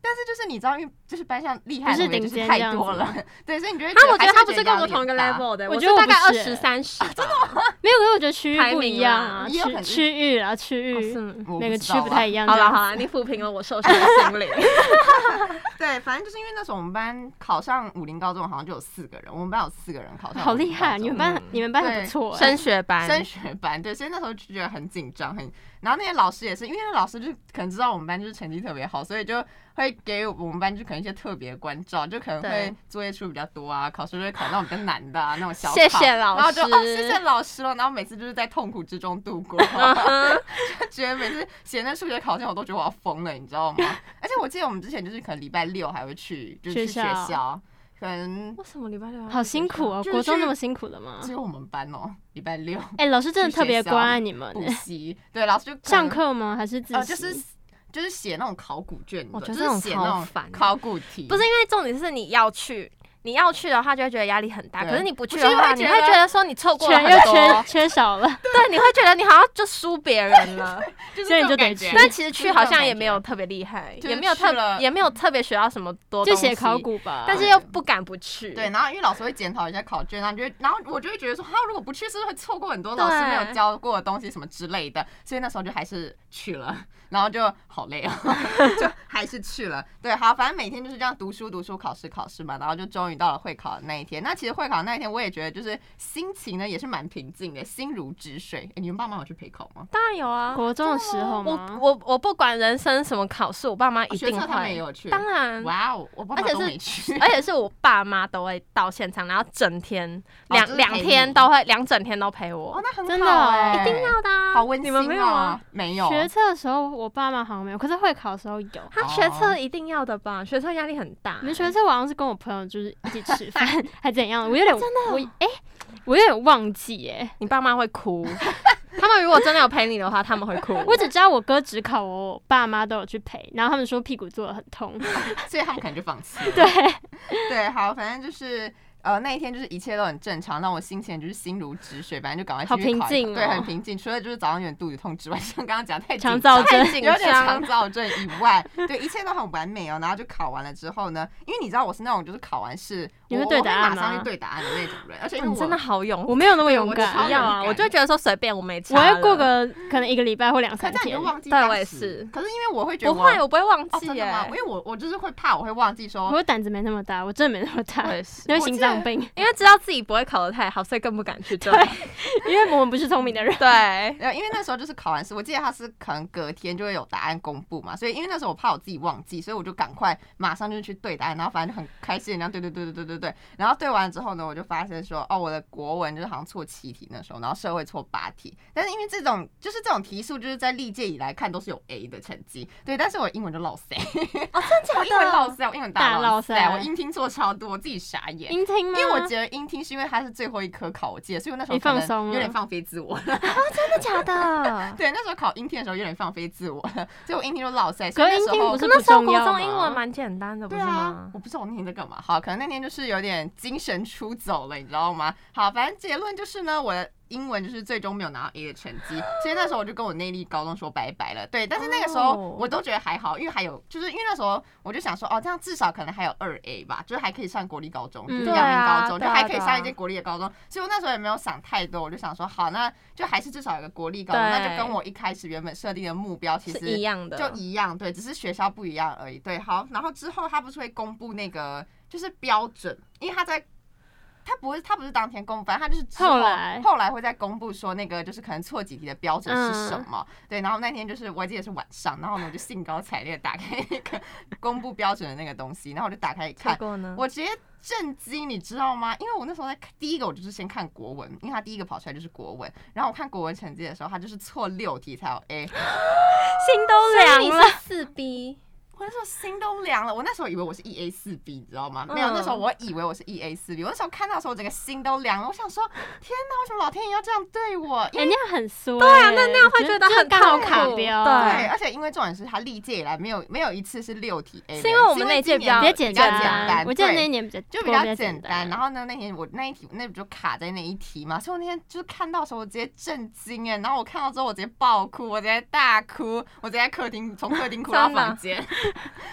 Speaker 2: 但是就是你知道，因为就是班上厉害
Speaker 3: 不
Speaker 2: 的
Speaker 3: 是
Speaker 2: 同学
Speaker 3: 顶
Speaker 2: 就是
Speaker 3: 尖
Speaker 2: 太
Speaker 3: 这样
Speaker 2: 多
Speaker 3: 子
Speaker 2: 了， 对，所以你就会
Speaker 1: 他我觉
Speaker 2: 还
Speaker 1: 得
Speaker 2: 是
Speaker 1: 他不是跟
Speaker 2: 压
Speaker 1: 我
Speaker 2: 力
Speaker 1: 同一个
Speaker 2: 很大
Speaker 1: level 的，
Speaker 3: 我
Speaker 1: 我是
Speaker 3: 觉得我
Speaker 1: 大概
Speaker 3: 不
Speaker 1: 二
Speaker 3: 是
Speaker 1: 十三 十，
Speaker 3: 没有，可是我觉得区
Speaker 1: 排
Speaker 3: 域不
Speaker 1: 名
Speaker 3: 一样
Speaker 1: 啦
Speaker 3: 啊，
Speaker 2: 也有可
Speaker 3: 区
Speaker 2: 能
Speaker 3: 区域啊，区域
Speaker 1: 哦是
Speaker 2: 我
Speaker 3: 每
Speaker 2: 不知
Speaker 3: 个区
Speaker 2: 道
Speaker 3: 不
Speaker 2: 啊
Speaker 3: 太一样这
Speaker 1: 好
Speaker 3: 样子。
Speaker 1: 了好了，你抚平了我受伤的心灵。
Speaker 2: 对，反正就是因为那时候我们班考上武林高中好像就有四个人，我们班有四个人考上，
Speaker 3: 好厉害！你们班很
Speaker 1: 嗯
Speaker 3: 你们班很
Speaker 2: 对
Speaker 3: 不错欸，
Speaker 1: 升学班，
Speaker 2: 升学班，对，所以那时候就觉得很紧张，很。然后那些老师也是，因为那老师就是可能知道我们班就是成绩特别好，所以就会给我们班就可能一些特别关照，就可能会
Speaker 1: 对
Speaker 2: 作业出比较多啊，考试就会考那种比较难的啊，那种小考。
Speaker 1: 谢谢老
Speaker 2: 然后就哦，
Speaker 1: 师嗯
Speaker 2: 谢谢老师了。然后每次就是在痛苦之中度过，就觉得每次写那数学考卷，我都觉得我要疯了，你知道吗？而且我记得我们之前就是可能礼拜六还会去，就是去
Speaker 3: 学
Speaker 2: 学
Speaker 3: 校
Speaker 2: 校，可能
Speaker 1: 为什么礼拜六要
Speaker 3: 好辛苦哦，
Speaker 2: 就是
Speaker 3: 国中
Speaker 2: 去
Speaker 3: 那么辛苦的吗
Speaker 2: 只？有我们班哦，礼拜六
Speaker 3: 哎，老师真的
Speaker 2: 去
Speaker 3: 特
Speaker 2: 学
Speaker 3: 别
Speaker 2: 校
Speaker 3: 关爱你 们
Speaker 2: 补
Speaker 3: 欸，
Speaker 2: 习，嗯对，老师就可能
Speaker 3: 上课吗？还是自
Speaker 2: 呃，
Speaker 3: 习？
Speaker 2: 就是就是写那种考古卷，你
Speaker 1: 我
Speaker 2: 知
Speaker 1: 哦觉得
Speaker 2: 道就
Speaker 1: 这
Speaker 2: 是
Speaker 1: 种
Speaker 2: 写
Speaker 1: 超
Speaker 2: 那种
Speaker 1: 烦哦
Speaker 2: 考古题，
Speaker 1: 不是因为重点是你要去，你要去的话就会觉得压力很大，
Speaker 2: 对
Speaker 1: 可是你不去
Speaker 2: 不是
Speaker 1: 的话，
Speaker 2: 因为
Speaker 1: 你
Speaker 2: 觉
Speaker 1: 会
Speaker 2: 得
Speaker 1: 觉得说你错过了
Speaker 3: 缺
Speaker 1: 很
Speaker 3: 又缺
Speaker 1: 多，
Speaker 3: 缺少了，
Speaker 1: 对，你会觉得你好像就输别人了。
Speaker 2: 就是
Speaker 3: 所以
Speaker 2: 这
Speaker 3: 你
Speaker 2: 种
Speaker 3: 就得
Speaker 2: 感觉
Speaker 3: 去。
Speaker 1: 但其实去好像也没有特别厉害，
Speaker 2: 就是
Speaker 1: 也没有特
Speaker 2: 去了
Speaker 1: 也没有特别学到什么多，
Speaker 3: 就写考，古吧。
Speaker 1: 但是又不敢不去。
Speaker 2: 对，然后因为老师会检讨一下考卷，然后啊你就会然后我就会觉得说，他如果不去，是不是会错过很多老师没有
Speaker 1: 对
Speaker 2: 教过的东西什么之类的？所以那时候就还是去了，然后就好累啊， 就还是去了。对，好，反正每天就是这样读书、读书、考试、考试嘛，然后就终于到了会考的那一天。那其实会考那一天，我也觉得就是心情呢也是蛮平静的，心如止水。诶你们爸妈有去陪考吗？
Speaker 1: 当然有啊。
Speaker 3: 国中的时候
Speaker 1: 我
Speaker 3: 吗？
Speaker 1: 我我不管人生什么考试，我爸妈一
Speaker 2: 哦学
Speaker 1: 定
Speaker 2: 测他们也
Speaker 1: 会。
Speaker 2: 有去。
Speaker 1: 当然，
Speaker 2: 哇哦，我爸妈
Speaker 1: 而且
Speaker 2: 都
Speaker 1: 是
Speaker 2: 没去，
Speaker 1: 而且是我爸妈都会到现场，然后整天
Speaker 2: 哦
Speaker 1: 两
Speaker 2: 就是
Speaker 1: 两
Speaker 2: 陪你
Speaker 1: 天都会两整天都陪
Speaker 2: 哦
Speaker 1: 我，，
Speaker 2: 那很
Speaker 3: 真的
Speaker 2: 好
Speaker 3: 哦
Speaker 2: 哎、
Speaker 1: 一定要的啊。
Speaker 2: 好温馨、
Speaker 3: 你
Speaker 2: 哦。
Speaker 3: 们没有啊？
Speaker 2: 没有。
Speaker 3: 学测的时候，我爸妈好像没有，可是会考的时候有。
Speaker 1: 他学测一定要的吧？学测压力很大。欸
Speaker 3: 你们学测我好像是跟我朋友就是一起吃饭，还怎样？我有点真的，我哎、我有点忘记哎、
Speaker 1: 你爸妈会哭， 他们如果真的有陪你的话，他们会哭。
Speaker 3: 我只知道我哥只考我，我爸妈都有去陪，然后他们说屁股坐得很痛。
Speaker 2: 所以他们可能就放弃。
Speaker 3: 对，
Speaker 2: 对，好，反正就是。呃，那一天就是一切都很正常，那我心情就是心如止水，反正就赶快
Speaker 3: 好
Speaker 2: 继续
Speaker 3: 平
Speaker 2: 考一
Speaker 3: 静
Speaker 2: 考对，
Speaker 3: 哦
Speaker 2: 很平静。除了就是早上有点肚子痛之外，像刚刚讲太
Speaker 3: 肠
Speaker 2: 紧
Speaker 3: 燥
Speaker 2: 张
Speaker 3: 症
Speaker 1: 紧
Speaker 2: 有点肠
Speaker 1: 张，
Speaker 2: 燥症以外，对，一切都很完美哦。然后就考完了之后呢，因为你知道我是那种就是考完试，
Speaker 3: 你
Speaker 2: 我
Speaker 3: 会
Speaker 2: 我
Speaker 3: 对
Speaker 2: 会
Speaker 3: 答案
Speaker 2: 马上
Speaker 3: 吗嗯
Speaker 2: 去对答案的那种人，而且因为
Speaker 1: 你
Speaker 2: 我
Speaker 1: 真的好勇，
Speaker 3: 我没有那么勇
Speaker 2: 我
Speaker 3: 敢，
Speaker 2: 超
Speaker 1: 不要啊！
Speaker 2: 勇敢
Speaker 1: 我就会觉得说随便，我没差
Speaker 3: 我
Speaker 1: 了。
Speaker 3: 要过个可能一个礼拜或两
Speaker 2: 可
Speaker 3: 三
Speaker 2: 这样你
Speaker 3: 天
Speaker 2: 就。忘记
Speaker 1: 对
Speaker 2: 当
Speaker 1: 我也
Speaker 2: 时
Speaker 1: 是
Speaker 2: 可是因为我会觉得
Speaker 1: 不会，
Speaker 2: 我
Speaker 1: 我不会忘
Speaker 2: 哦
Speaker 1: 记欸
Speaker 2: 真的
Speaker 1: 耶
Speaker 2: 吗？因。为我我就是会怕我会忘记说
Speaker 3: 我胆子没那么大，我真的没那么大。
Speaker 1: 我也是
Speaker 3: 因为
Speaker 2: 我
Speaker 3: 心
Speaker 2: 记得
Speaker 3: 脏种病，
Speaker 1: 因为知道自己不会考得太好，所以更不敢去做。
Speaker 3: 因为我们不是聪明的人。
Speaker 1: 对，
Speaker 2: 没呃有，因为那时候就是考完试，我记得他是可能隔天就会有答案公布嘛，所以因为那时候我怕我自己忘记，所以我就赶快马上就去对答案，然后反正就很开心，然后对对对对对对对，然后对完之后呢，我就发现说，哦，我的国文就是好像错七题那时候，然后社会错八题，但是因为这种就是这种题数就是在历届以来看都是有 A 的成绩，对，但是我英文就落塞， 我英文落塞，我英文大
Speaker 3: 大
Speaker 2: 落
Speaker 3: 落塞
Speaker 2: 我音听错超多，我自己傻眼。
Speaker 3: 音听
Speaker 2: 因
Speaker 3: 吗？
Speaker 2: 为我觉得音听是因为它是最后一科考，我记得，所以我那时候
Speaker 3: 你放
Speaker 2: 可能
Speaker 3: 松了
Speaker 2: 有点放飞自我 了。
Speaker 1: 真的 假的？
Speaker 2: 对，那时候考英听的时候有点放飞自我了，所以我英听就落塞。所
Speaker 3: 可
Speaker 2: 以
Speaker 3: 是
Speaker 2: 那时
Speaker 3: 音听
Speaker 2: 候
Speaker 3: 不是
Speaker 1: 那
Speaker 3: 不
Speaker 1: 时候
Speaker 3: 重
Speaker 1: 国
Speaker 3: 要
Speaker 1: 中
Speaker 3: 吗
Speaker 1: 英文蛮简单的，不
Speaker 2: 对
Speaker 1: 是
Speaker 2: 啊
Speaker 1: 吗，？
Speaker 2: 我不知道我那天在干嘛。好，可能那天就是有点精神出走了，你知道吗？好，反正结论就是呢，我的英文就是最终没有拿到 A 的成绩，所以那时候我就跟我内力高中说拜拜了。对，但是那个时候
Speaker 1: 哦
Speaker 2: 我都觉得还好，因为还有就是因为那时候我就想说，哦，这样至少可能还有二 A 吧，就是还可以上国立高中，就
Speaker 3: 嗯
Speaker 2: 是
Speaker 3: 对
Speaker 2: 阳明
Speaker 1: 啊
Speaker 2: 高中，就
Speaker 1: 对啊
Speaker 2: 还可以
Speaker 1: 对啊
Speaker 2: 上一间国立的高中。所以我那时候也没有想太多，我就想说，好，那就还是至少有个国立高中，
Speaker 1: 对
Speaker 2: 那就跟我一开始原本设定的目标其实
Speaker 1: 是一样的，
Speaker 2: 就一样，对，只是学校不一样而已。对，好，然后之后他不是会公布那个就是标准，因为他在。他不是，他不是当天公布，反正他就是之
Speaker 3: 后来
Speaker 2: 后来会再公布说那个就是可能错几题的标准是什么。
Speaker 3: 嗯
Speaker 2: 对，然后那天就是我还记得是晚上，然后呢我就兴高采烈地打开那个公布标准的那个东西，然后我就打开一
Speaker 1: 结
Speaker 2: 看，
Speaker 1: 果呢？
Speaker 2: 我直接震惊，你知道吗？因为我那时候在看第一个，我就是先看国文，因为他第一个跑出来就是国文，然后我看国文成绩的时候，他就是错六题才有 A，
Speaker 3: 心都
Speaker 1: 所以
Speaker 3: 凉
Speaker 1: 你
Speaker 3: 了。
Speaker 1: 是四 B，
Speaker 2: 我那时候心都凉了，我那时候以为我是 E A 四 B，你知道吗？
Speaker 1: 嗯
Speaker 2: 没有，那时候我以为我是 E A 四 B，我那时候看到的时候，我整个心都凉了。我想说，天哪，为什么老天爷要这样对我？因为、
Speaker 3: 哎、那样很衰、对啊，那那样
Speaker 1: 会觉得很
Speaker 3: 刚好
Speaker 1: 痛
Speaker 3: 卡
Speaker 1: 苦
Speaker 3: 标，
Speaker 1: 对
Speaker 2: 对，而且因为重点是他历届以来没有没有一次是六题 A，的
Speaker 1: 是因为我们那一届
Speaker 2: 是因
Speaker 1: 比较
Speaker 2: 为今年
Speaker 3: 比较
Speaker 2: 简
Speaker 3: 简
Speaker 1: 单
Speaker 2: 单，
Speaker 3: 我记得
Speaker 2: 对
Speaker 3: 那一年比较
Speaker 2: 就比
Speaker 3: 国
Speaker 2: 较
Speaker 3: 简
Speaker 2: 简单。啊然后呢，那天我那一题那不就卡在那一题嘛，所以我那天就是看到的时候，我直接震惊哎，然后我看到之后，我直接爆哭，我直接大哭，我直接在客厅从客厅哭到
Speaker 1: 真的
Speaker 2: 房间。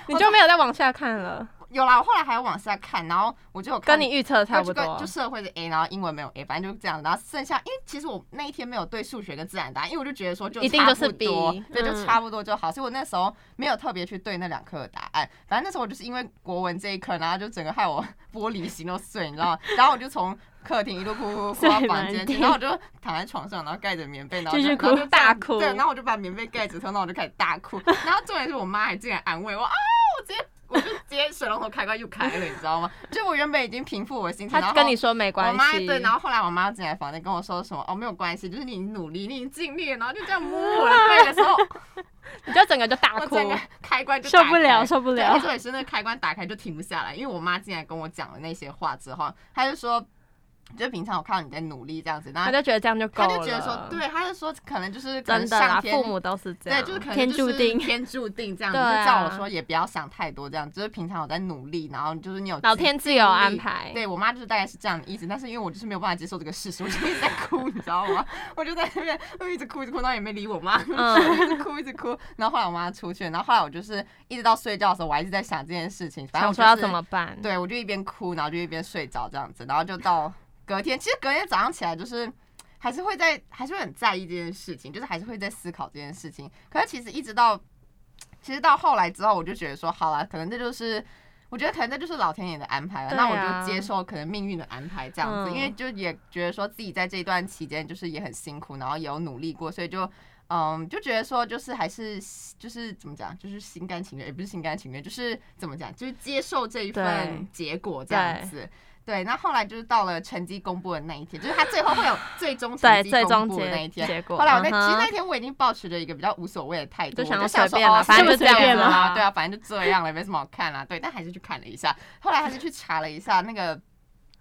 Speaker 1: 你就没有再往下看了，
Speaker 2: 有啦，我后来还往下看，然后我就有看
Speaker 1: 跟你预测差不
Speaker 2: 就
Speaker 1: 多
Speaker 2: 跟就。社会的 A，然后英文没有 A，反正就是这样。然后剩下，因为其实我那一天没有对数学跟自然答案，因为我就觉得说就
Speaker 1: 一定就是
Speaker 2: 差不多
Speaker 1: B，
Speaker 2: 对，就
Speaker 3: 嗯
Speaker 2: 差不多就好。所以我那时候没有特别去对那两科的答案。反正那时候我就是因为国文这一科，然后就整个害我 玻璃心都碎，你知道吗？然后我就从客厅一路哭哭哭哭到
Speaker 3: 碎
Speaker 2: 房
Speaker 3: 满
Speaker 2: 间去，
Speaker 3: 地
Speaker 2: 然后我就躺在床上，然后盖着棉被，然后
Speaker 3: 继
Speaker 2: 就
Speaker 3: 续
Speaker 2: 然后
Speaker 3: 哭
Speaker 2: 就这样
Speaker 3: 大哭
Speaker 2: 对，然后我就把棉被盖着头，然后我就开始大哭。然后重点是我妈还竟然安慰我啊，我直接。我就直接水龙头开关又开了，你知道吗？就我原本已经平复我的心情，然
Speaker 1: 他
Speaker 2: 后
Speaker 1: 跟你说没
Speaker 2: 我
Speaker 1: 关
Speaker 2: 妈
Speaker 1: 系，
Speaker 2: 对，然后后来我妈进来房间跟我说什么哦，没有 关系，就是你努力，你已经尽力了，然后就这样摸我的背的时 候，
Speaker 1: 你就整个就大
Speaker 2: 我
Speaker 1: 哭，
Speaker 2: 整个开关就
Speaker 3: 受不
Speaker 2: 打
Speaker 3: 了，
Speaker 2: 开
Speaker 3: 受不
Speaker 2: 对
Speaker 3: 了
Speaker 2: 而。且也是那个开关打开就停不下来，因为我妈进来跟我讲了那些话之后，她就说，就平常我看到你在努力这样子，然
Speaker 1: 他
Speaker 2: 后
Speaker 1: 就觉得这样就够
Speaker 2: 她
Speaker 1: 了。
Speaker 2: 就觉得说，，对，她就说可能就是可能
Speaker 1: 真的啦，
Speaker 2: 上天
Speaker 1: 父母都是这样，
Speaker 2: 对，就是可能
Speaker 3: 天
Speaker 2: 就是
Speaker 3: 注定
Speaker 2: 天注定这 样，就
Speaker 1: 对
Speaker 2: 是叫我
Speaker 1: 啊
Speaker 2: 说也不要想太多这样，就是平常我在努力，然后就是你有
Speaker 1: 老
Speaker 2: 自
Speaker 1: 天自有
Speaker 2: 力
Speaker 1: 安排。
Speaker 2: 对我妈就是大概是这样的意思，但是因为我就是没有办法接受这个事实，我就一直在哭，你知道吗？我就在那边我一直哭，一直哭，然后也没理我妈，
Speaker 1: 嗯
Speaker 2: 一直哭一直哭。然后后来我妈出去，然后后来我就是一直到睡觉的时候，我还是在想这件事情，反正我
Speaker 1: 想
Speaker 2: 就
Speaker 1: 说要
Speaker 2: 是
Speaker 1: 怎么办？
Speaker 2: 对我就一边哭，然后就一边睡着这样子，然后就到隔天，其实隔天早上起来就是。还是会在，还是会很在意这件事情，就是还是会在思考这件事情。可是其实一直到，其实到后来之后，我就觉得说，好啦，可能这就是，我觉得可能这就是老天爷的安排了。
Speaker 1: 对
Speaker 2: 那
Speaker 1: 啊
Speaker 2: 我就接受可能命运的安排这样子，
Speaker 1: 嗯
Speaker 2: 因为就也觉得说自己在这一段期间就是也很辛苦，然后也有努力过，所以就嗯，就觉得说就是还是就是怎么讲，就是心甘情愿，也不是心甘情愿，就是怎么讲，就是接受这一份
Speaker 1: 对
Speaker 2: 结果这样子。对，那后来就是到了成绩公布的那一天，就是他最 后会有最终成
Speaker 1: 对，
Speaker 2: 绩
Speaker 1: 最
Speaker 2: 公
Speaker 1: 终
Speaker 2: 布的那
Speaker 1: 结
Speaker 2: 一天。
Speaker 1: 结果。
Speaker 2: 后来我那、
Speaker 1: 嗯
Speaker 2: 其实
Speaker 1: 哼
Speaker 2: 那天我已经抱持着一个比较无所谓的态度，
Speaker 1: 就想
Speaker 2: 我
Speaker 1: 要
Speaker 2: 就想
Speaker 1: 随
Speaker 2: 说
Speaker 1: 便啦
Speaker 2: 哦，
Speaker 1: 反
Speaker 3: 正
Speaker 2: 是
Speaker 3: 就
Speaker 2: 这
Speaker 3: 随
Speaker 2: 样
Speaker 3: 便
Speaker 2: 子
Speaker 3: 啦
Speaker 2: 啊对啊，反正就这样了，没什么好看啦、对，但还是去看了一下，后来还是去查了一下那个。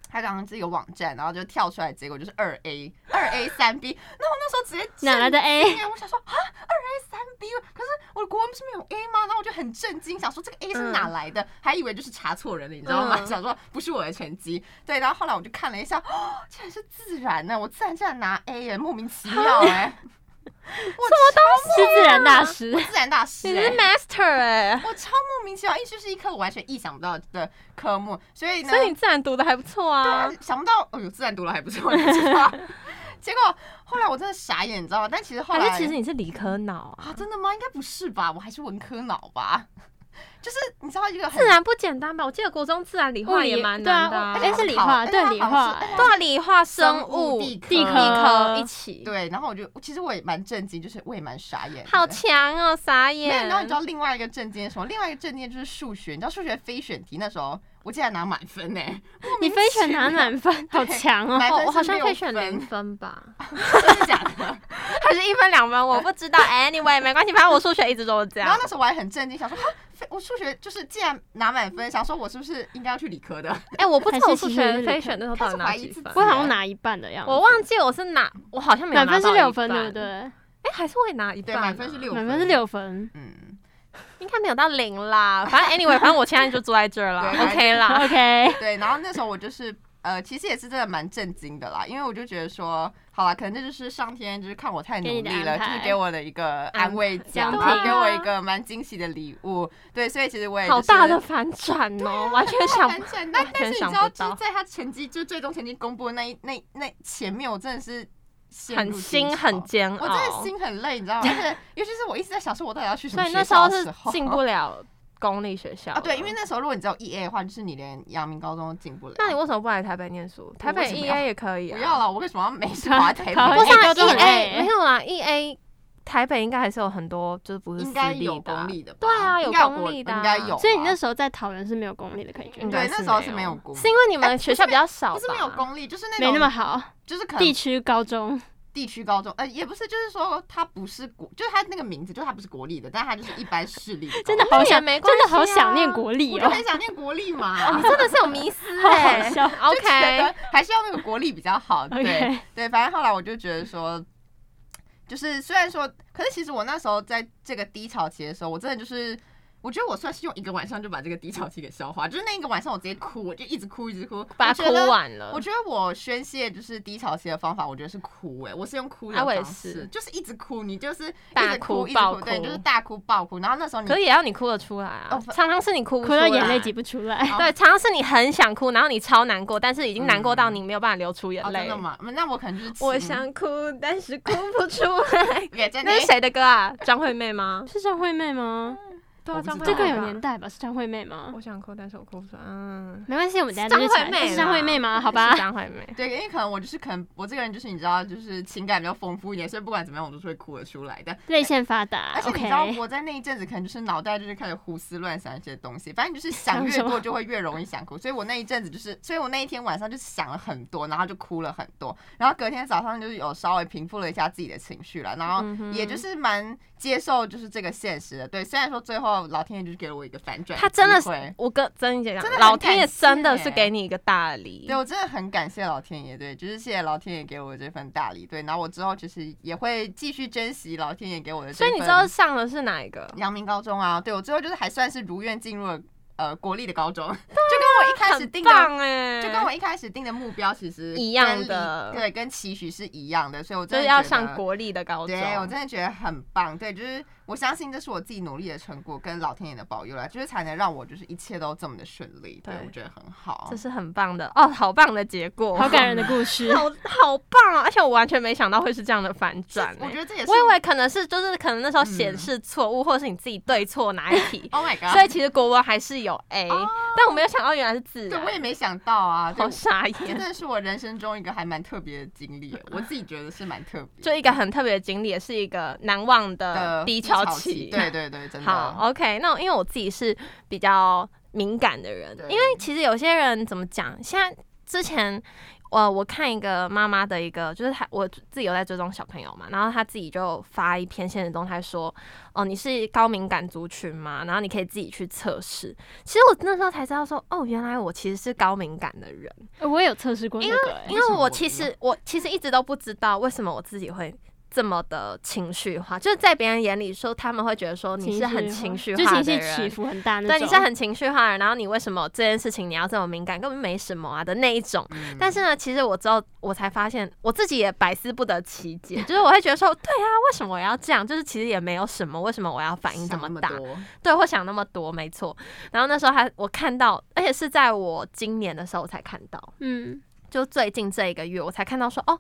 Speaker 2: 他刚刚这个网站，然后就跳出来，结果就是二 A、二 A 三 B。那我那时候直接
Speaker 3: 哪来的 A？
Speaker 2: 对啊，我想说啊，二 A 三 B，可是我的国文不是没有 A 吗？然后我就很震惊，想说这个 A 是哪来的，还以为就是查错人了，你知道吗？
Speaker 1: 嗯
Speaker 2: 想说不是我的成绩，对。然后后来我就看了一下，哦，竟然是自然呢，我自然竟然拿 A 耶，莫名其妙哎，我超
Speaker 3: 是自然大师，
Speaker 2: 自然大师
Speaker 1: 你
Speaker 2: 哎
Speaker 1: 是。master 哎、
Speaker 2: 我超莫名其妙，因为这是一科我完全意想不到的科目，所以呢，
Speaker 1: 所以你自然读的还不错啊。
Speaker 2: 想不到，哦呦，自然读了还不错，你知道吗？ 结果后来我真的傻眼，你知道吗？但其实 后
Speaker 1: 还
Speaker 2: 来
Speaker 1: 是其实你是理科脑啊？
Speaker 2: 啊，真的吗？应该不是吧？我还是文科脑吧？ 就是你知道一个很
Speaker 1: 自然不简单吧？我记得国中自然理
Speaker 3: 物
Speaker 1: 化
Speaker 3: 理
Speaker 1: 也蛮难的、
Speaker 3: 对啊
Speaker 1: 啊
Speaker 3: 哎，是理化，
Speaker 2: 哎
Speaker 3: 对
Speaker 2: 它
Speaker 3: 理
Speaker 2: 好
Speaker 3: 化
Speaker 2: 像，是
Speaker 1: 对啊，理化、生
Speaker 2: 生物
Speaker 1: 物、
Speaker 2: 地
Speaker 1: 科、
Speaker 3: 地
Speaker 1: 地
Speaker 3: 科
Speaker 1: 一起，
Speaker 2: 对，然后我就其实我也蛮震惊，就是我也蛮傻眼的。
Speaker 1: 好强哦，傻眼。
Speaker 2: 没有，然后你知道另外一个震惊是什么？另外一个震惊就是数学，你知道数学非选题那时候我竟然拿满分 呢、莫
Speaker 3: 你
Speaker 2: 名
Speaker 3: 非选
Speaker 2: 其
Speaker 3: 拿
Speaker 2: 妙，
Speaker 3: 满分，好强哦！
Speaker 2: 满分
Speaker 1: 哦，我好
Speaker 2: 是
Speaker 1: 像
Speaker 2: 六
Speaker 1: 可以选
Speaker 2: 分
Speaker 1: 零分吧，
Speaker 2: 真的假的？
Speaker 1: 还是一分两分，我不知道。Anyway，没关系，反正我数学一直都是这
Speaker 3: 啊
Speaker 2: 然后
Speaker 1: 样。
Speaker 2: 那时候我还很震惊，想说哈，非我数学就是既然拿满分，想说我是不是应该要去理科的？
Speaker 1: 哎、我不知道我数
Speaker 3: 还是
Speaker 1: 学
Speaker 3: 其实
Speaker 1: 非选那时候到底
Speaker 2: 开始
Speaker 1: 拿
Speaker 2: 怀疑
Speaker 1: 几
Speaker 2: 自己
Speaker 1: 分啊
Speaker 3: 我，好像拿一半的样子，
Speaker 1: 我忘记我是拿，我好哦像没有
Speaker 3: 满
Speaker 1: 拿到
Speaker 3: 分是六分，
Speaker 1: 一半
Speaker 3: 对不？对？
Speaker 1: 哎、还是会拿一
Speaker 2: 对，
Speaker 1: 半、啊
Speaker 2: 满分是，六，
Speaker 3: 啊满分是，六分，
Speaker 2: 嗯，
Speaker 1: 应该没有到零啦。反正 anyway，反正我现在就坐在这儿啦
Speaker 2: 对
Speaker 1: ，OK 啦。
Speaker 3: OK，
Speaker 2: 对。然后那时候我就是呃，其实也是真的蛮震惊的啦，因为我就觉得说，好啦，可能这就是上天就是看我太努
Speaker 3: 给你的
Speaker 2: 力了，
Speaker 3: 安
Speaker 2: 就
Speaker 3: 排
Speaker 2: 是给我的一个
Speaker 1: 安
Speaker 2: 安慰奖，
Speaker 3: 奖
Speaker 2: 然后
Speaker 3: 品
Speaker 2: 给我一个蛮惊喜的礼物。对，所以其实我也、就是、
Speaker 1: 好大的反转哦，完全想不
Speaker 2: 很简单，但是你知
Speaker 1: 想
Speaker 2: 道，
Speaker 1: 不
Speaker 2: 就
Speaker 1: 到
Speaker 2: 是在他成绩，就是最终成绩公布的那一、那一、那前面，我真的是陷入
Speaker 1: 很
Speaker 2: 低
Speaker 1: 心
Speaker 2: 潮
Speaker 1: 很煎
Speaker 2: 我真的
Speaker 1: 熬，
Speaker 2: 心很累， 你知道吗？而且尤其是我一直在想，说我到底要去什
Speaker 1: 所
Speaker 2: 么
Speaker 1: 以
Speaker 2: 学
Speaker 1: 那时
Speaker 2: 校
Speaker 1: 候
Speaker 2: 的
Speaker 1: 是进不了公立学校
Speaker 2: 啊，对，因为
Speaker 1: 了
Speaker 2: 那时候如果你只有 E A 的话，就是你连阳明高中都进不了。
Speaker 1: 那你为什么不来台北念书？台
Speaker 2: 为
Speaker 1: 北
Speaker 2: 什么
Speaker 1: E
Speaker 2: 要
Speaker 1: A 也可以
Speaker 2: 不
Speaker 1: 啊。
Speaker 2: 要了，我为什么要没事滑台
Speaker 3: 他
Speaker 2: 北？
Speaker 3: 会
Speaker 1: 不是啊
Speaker 3: 高中
Speaker 1: ，E
Speaker 3: 很累
Speaker 1: A 没有啦，E A 台北应该还是有很多，就是不是
Speaker 2: 应
Speaker 1: 私
Speaker 2: 该
Speaker 1: 立
Speaker 2: 有
Speaker 1: 的啊
Speaker 2: 公。立的吧，
Speaker 1: 对啊有
Speaker 2: 应该有
Speaker 1: 公
Speaker 2: 国
Speaker 1: 立的啊
Speaker 2: 应该有吧。
Speaker 3: 所以你那时候在桃园是没有公立的可以选
Speaker 1: 应
Speaker 3: 的，
Speaker 1: 该
Speaker 2: 对那时候是没有公立哎
Speaker 1: 是因为你们学校比较少吧，
Speaker 2: 不是没有公立，就是那
Speaker 3: 没那么
Speaker 2: 种
Speaker 3: 好。
Speaker 2: 就是可能
Speaker 3: 地区高中
Speaker 2: 地区高中，呃，也不是，就是说它不是国，就是它那个名字，就是它不是国立的，但它就是一般市立的高中。
Speaker 3: 真的好
Speaker 1: 那也
Speaker 3: 想，
Speaker 1: 没
Speaker 3: 真
Speaker 1: 关系
Speaker 3: 的
Speaker 1: 啊
Speaker 3: 好想念国
Speaker 2: 我
Speaker 3: 立
Speaker 2: 就
Speaker 3: 哦，
Speaker 2: 很想念国立嘛，
Speaker 1: 哦，你真的是有迷 思
Speaker 3: 好
Speaker 1: 哎、
Speaker 3: 好笑。
Speaker 2: 就觉得
Speaker 1: OK，
Speaker 2: 还是要那个国力比较好。对
Speaker 3: OK
Speaker 2: 对，反正后来我就觉得说，就是虽然说，可是其实我那时候在这个低潮期的时候，我真的就是。我觉得我算是用一个晚上就把这个低潮期给消化，就是那一个晚上我直接哭，我就一直哭一直哭，
Speaker 1: 把它
Speaker 2: 我觉得
Speaker 1: 哭完了
Speaker 2: 我。觉得我宣泄就是低潮期的方法，我觉得是哭、欸，我是用哭的
Speaker 1: 啊我也
Speaker 2: 方式，
Speaker 1: 是
Speaker 2: 就是一直哭，你就是一
Speaker 1: 大
Speaker 2: 直哭，
Speaker 1: 哭
Speaker 2: 一直
Speaker 1: 爆
Speaker 2: 哭，对，
Speaker 1: 哭
Speaker 2: 就是大哭爆哭。然后那时候你
Speaker 1: 可以也要你哭得出来啊
Speaker 2: 哦，反
Speaker 1: 常常是你哭不
Speaker 3: 哭
Speaker 1: 出来啊
Speaker 3: 到眼泪挤不出来。
Speaker 1: 对，常常是你很想哭，然后你超难过，但是已经难过到你没有办法流出眼
Speaker 2: 哦，真
Speaker 1: 泪。
Speaker 2: 的吗？那我可能就是
Speaker 1: 我
Speaker 2: 情。
Speaker 1: 想哭，但是哭不出来
Speaker 2: 也真的
Speaker 1: 那是谁的歌啊？张惠妹吗？
Speaker 3: 是张惠妹吗？
Speaker 1: 对
Speaker 2: 我
Speaker 1: 啊，
Speaker 2: 不
Speaker 1: 张
Speaker 2: 知道
Speaker 1: 惠
Speaker 3: 这
Speaker 1: 妹
Speaker 3: 个有
Speaker 1: 吧
Speaker 3: 年。代吧？是张惠妹吗？
Speaker 1: 我想哭，但是我哭不出来。嗯，
Speaker 3: 没关系，我们等一下就去查一下。是
Speaker 1: 是
Speaker 3: 张
Speaker 1: 张
Speaker 3: 惠
Speaker 1: 惠
Speaker 3: 妹
Speaker 1: 妹
Speaker 3: 吗？好
Speaker 1: 是
Speaker 3: 吧，
Speaker 1: 张惠妹。
Speaker 2: 对，因为可能我就是可能我这个人就是你知道，就是情感比较丰富一点，所以不管怎么样我都是会哭得出来的。
Speaker 3: 泪腺发达
Speaker 2: 而。且你知道
Speaker 3: OK，
Speaker 2: 我在那一阵子可能就是脑袋就是开始胡思乱想一些东西，反正就是想
Speaker 3: 想
Speaker 2: 越
Speaker 3: 什么
Speaker 2: 多就会越容易想哭，所以我那一阵子就是，所以我那一天晚上就是想了很多，然后就哭了很多，然后隔天早上就是有稍微平复了一下自己的情绪了，然后
Speaker 1: 嗯哼
Speaker 2: 也就是蛮接受就是这个现实的。对，虽然说最后老天爷就是给了我一个反转机会，
Speaker 1: 她真的是，我跟珍姐
Speaker 2: 真
Speaker 1: 讲
Speaker 2: 的，很
Speaker 1: 老天爷
Speaker 2: 感谢
Speaker 1: 真的是给你一个大礼
Speaker 2: 对。我真的很感谢老天爷，对，就是谢谢老天爷给我这份大礼，对，然后我之后其实也会继续珍惜老天爷给我的这
Speaker 1: 所以
Speaker 2: 份。
Speaker 1: 你知道上的是哪一个？
Speaker 2: 阳明高中啊，对我最后就是还算是如愿进入了呃国立的高中，就跟我一开始
Speaker 1: 啊很
Speaker 2: 定的。
Speaker 1: 棒哎，
Speaker 2: 就跟我一开始定的目标其实
Speaker 1: 一样
Speaker 2: 跟理
Speaker 1: 的
Speaker 2: 对，跟期许是一样的，所以我
Speaker 1: 就
Speaker 2: 真
Speaker 1: 是
Speaker 2: 的
Speaker 1: 要
Speaker 2: 觉
Speaker 1: 上
Speaker 2: 得
Speaker 1: 国立的高中。
Speaker 2: 对我真的觉得很棒，对，就是我相信这是我自己努力的成果跟老天爷的保佑啦，就是才能让我就是一切都这么的顺利，对
Speaker 1: 对
Speaker 2: 我觉得很好
Speaker 1: 这。是很棒的哦，好棒的结果，
Speaker 3: 好感人的故事
Speaker 1: 。好好棒啊！而且我完全没想到会是这样的反转、欸，
Speaker 2: 我觉得这也是，
Speaker 1: 我以为可能是就是可能那时候显示错误，或者是你自己对错哪一题
Speaker 2: Oh my god！
Speaker 1: 所以其实国文还是有 A，、但我没有想到原来是自
Speaker 2: 哦对，
Speaker 1: 然
Speaker 2: 我，也没想到啊，对
Speaker 1: 好傻
Speaker 2: 这真
Speaker 1: 眼。
Speaker 2: 的是我人生中一个还蛮特别的经历，我自己觉得是蛮特别的。
Speaker 1: 就一个很特别的经历，也是一个难忘的
Speaker 2: 的呃
Speaker 1: 低
Speaker 2: 潮
Speaker 1: 潮期。
Speaker 2: 对对对，真的。
Speaker 1: 好，OK，那我因为我自己是比较敏感的人
Speaker 2: 对，
Speaker 1: 因为其实有些人怎么讲，现在之前。呃，我看一个妈妈的一个，就是她我自己有在追踪小朋友嘛，然后她自己就发一篇现实动态说，哦、你是高敏感族群嘛，然后你可以自己去测试。其实我那时候才知道说，哦，原来我其实是高敏感的人，
Speaker 3: 呃我也有测试过那个，哎
Speaker 1: 因
Speaker 2: 为
Speaker 1: 为
Speaker 2: 什么我
Speaker 1: 我
Speaker 2: 不
Speaker 1: 其
Speaker 2: 知道
Speaker 1: 实我其实一直都不知道为什么我自己会这么的情绪化，就是在别人眼里说他们会觉得说你是很情绪
Speaker 3: 就
Speaker 1: 化
Speaker 3: 情
Speaker 1: 的
Speaker 3: 绪起
Speaker 1: 人。
Speaker 3: 伏很大那种。
Speaker 1: 对，你是很情绪化的人，然后你为什么这件事情你要这么敏感，根本没什么啊的那一种。
Speaker 2: 嗯
Speaker 1: 但是呢，其实我之后我才发现，我自己也百思不得其解，就是我会觉得说，对啊，为什么我要这样？就是其实也没有什么，为什么我要反应这
Speaker 2: 想
Speaker 1: 么
Speaker 2: 那么
Speaker 1: 大？
Speaker 2: 多
Speaker 1: 对，会想那么多，没错。然后那时候还我看到，而且是在我今年的时候我才看到，
Speaker 3: 嗯，
Speaker 1: 就最近这一个月，我才看到说，哦，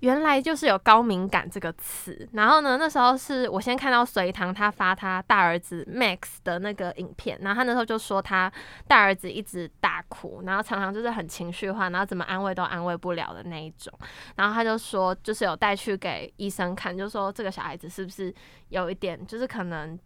Speaker 1: 原来就是有高敏感这个词。然后呢，那时候是我先看到隋唐他发他大儿子 Max 的那个影片，然后他那时候就说他大儿子一直大哭，然后常常就是很情绪化，然后怎么安慰都安慰不了的那一种。然后他就说，就是有带去给医生看，就说这个小孩子是不是有一点，就是可能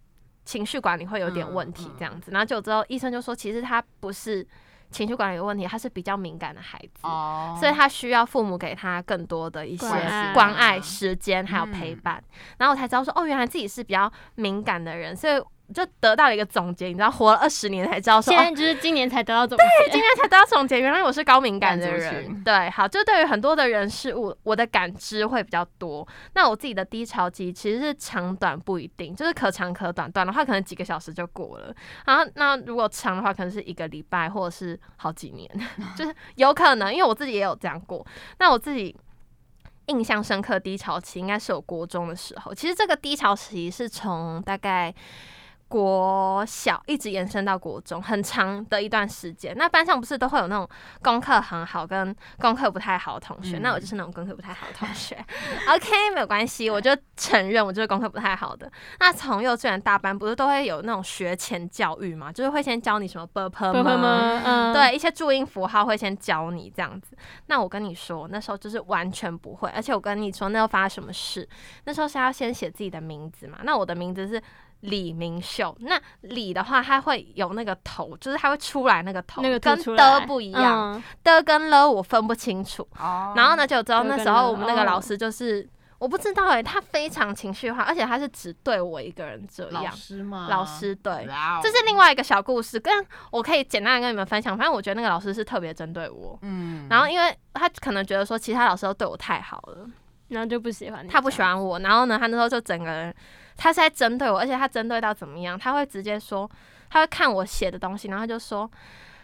Speaker 1: 情绪管理会有点问题
Speaker 2: 嗯嗯
Speaker 1: 这样子。然后就之后医生就说，其实他不是情绪管理有问题，他是比较敏感的孩子。
Speaker 2: 哦，
Speaker 1: 所以他需要父母给他更多的一些
Speaker 3: 关爱
Speaker 1: 关爱、时间还有陪
Speaker 2: 嗯
Speaker 1: 伴。然后我才知道说，哦，原来自己是比较敏感的人，所以就得到了一个总结。你知道，活了二十年才知道说，
Speaker 3: 现
Speaker 1: 哦
Speaker 3: 在，就是今年才得到总结，
Speaker 1: 今天才得到总结，原来我是高敏感的
Speaker 2: 感族
Speaker 1: 人。
Speaker 2: 群
Speaker 1: 对，好，就对于很多的人事物，我的感知会比较多。那我自己的低潮期其实是长短不一定，就是可长可短，短的话可能几个小时就过了，然后那如果长的话，可能是一个礼拜或者是好几年， 就是有可能，因为我自己也有这样过。那我自己。印象深刻低潮期应该是我国中的时候，其实这个低潮期是从大概国小一直延伸到国中，很长的一段时间。那班上不是都会有那种功课很好跟功课不太好的同学？
Speaker 2: 嗯
Speaker 1: 那我就是那种功课不太好的同学。OK，没有关系，我就承认我就是功课不太好的。那从幼稚园大班不是都会有那种学前教育嘛，就是会先教你什么 b u r p
Speaker 3: 不会吗？嗯，，
Speaker 1: 对，一些注音符号会先教你这样子。那我跟你说，那时候就是完全不会，而且我跟你说，那又发生什么事？那时候是要先写自己的名字嘛。那我的名字是李明秀，那李的话，它会有那个头，就是它会出来那个头，
Speaker 3: 那个吐
Speaker 1: 跟
Speaker 3: 出来
Speaker 1: 的不一样，
Speaker 3: 嗯
Speaker 1: 的跟了我分不清楚。
Speaker 2: 哦，
Speaker 1: 然后呢，就知道
Speaker 3: 就
Speaker 1: 那
Speaker 3: 跟
Speaker 1: 时候
Speaker 3: 了
Speaker 1: 我们那个老
Speaker 3: 哦
Speaker 1: 师就是。我不知道哎、他非常情绪化，而且他是只对我一个人这
Speaker 2: 老
Speaker 1: 样。
Speaker 2: 师吗？
Speaker 3: 啊
Speaker 1: 老师对，
Speaker 2: 哇哦，
Speaker 1: 这是另外一个小故事，跟我可以简单的跟你们分享。反正我觉得那个老师是特别针对我，
Speaker 2: 嗯，
Speaker 1: 然后因为他可能觉得说其他老师都对我太好了，
Speaker 3: 然后就不喜
Speaker 2: 嗯
Speaker 3: 欢你
Speaker 1: 他不喜欢我，然后呢，他那时候就整个人，他是在针对我，而且他针对到怎么样，他会直接说，他会看我写的东西，然后就说，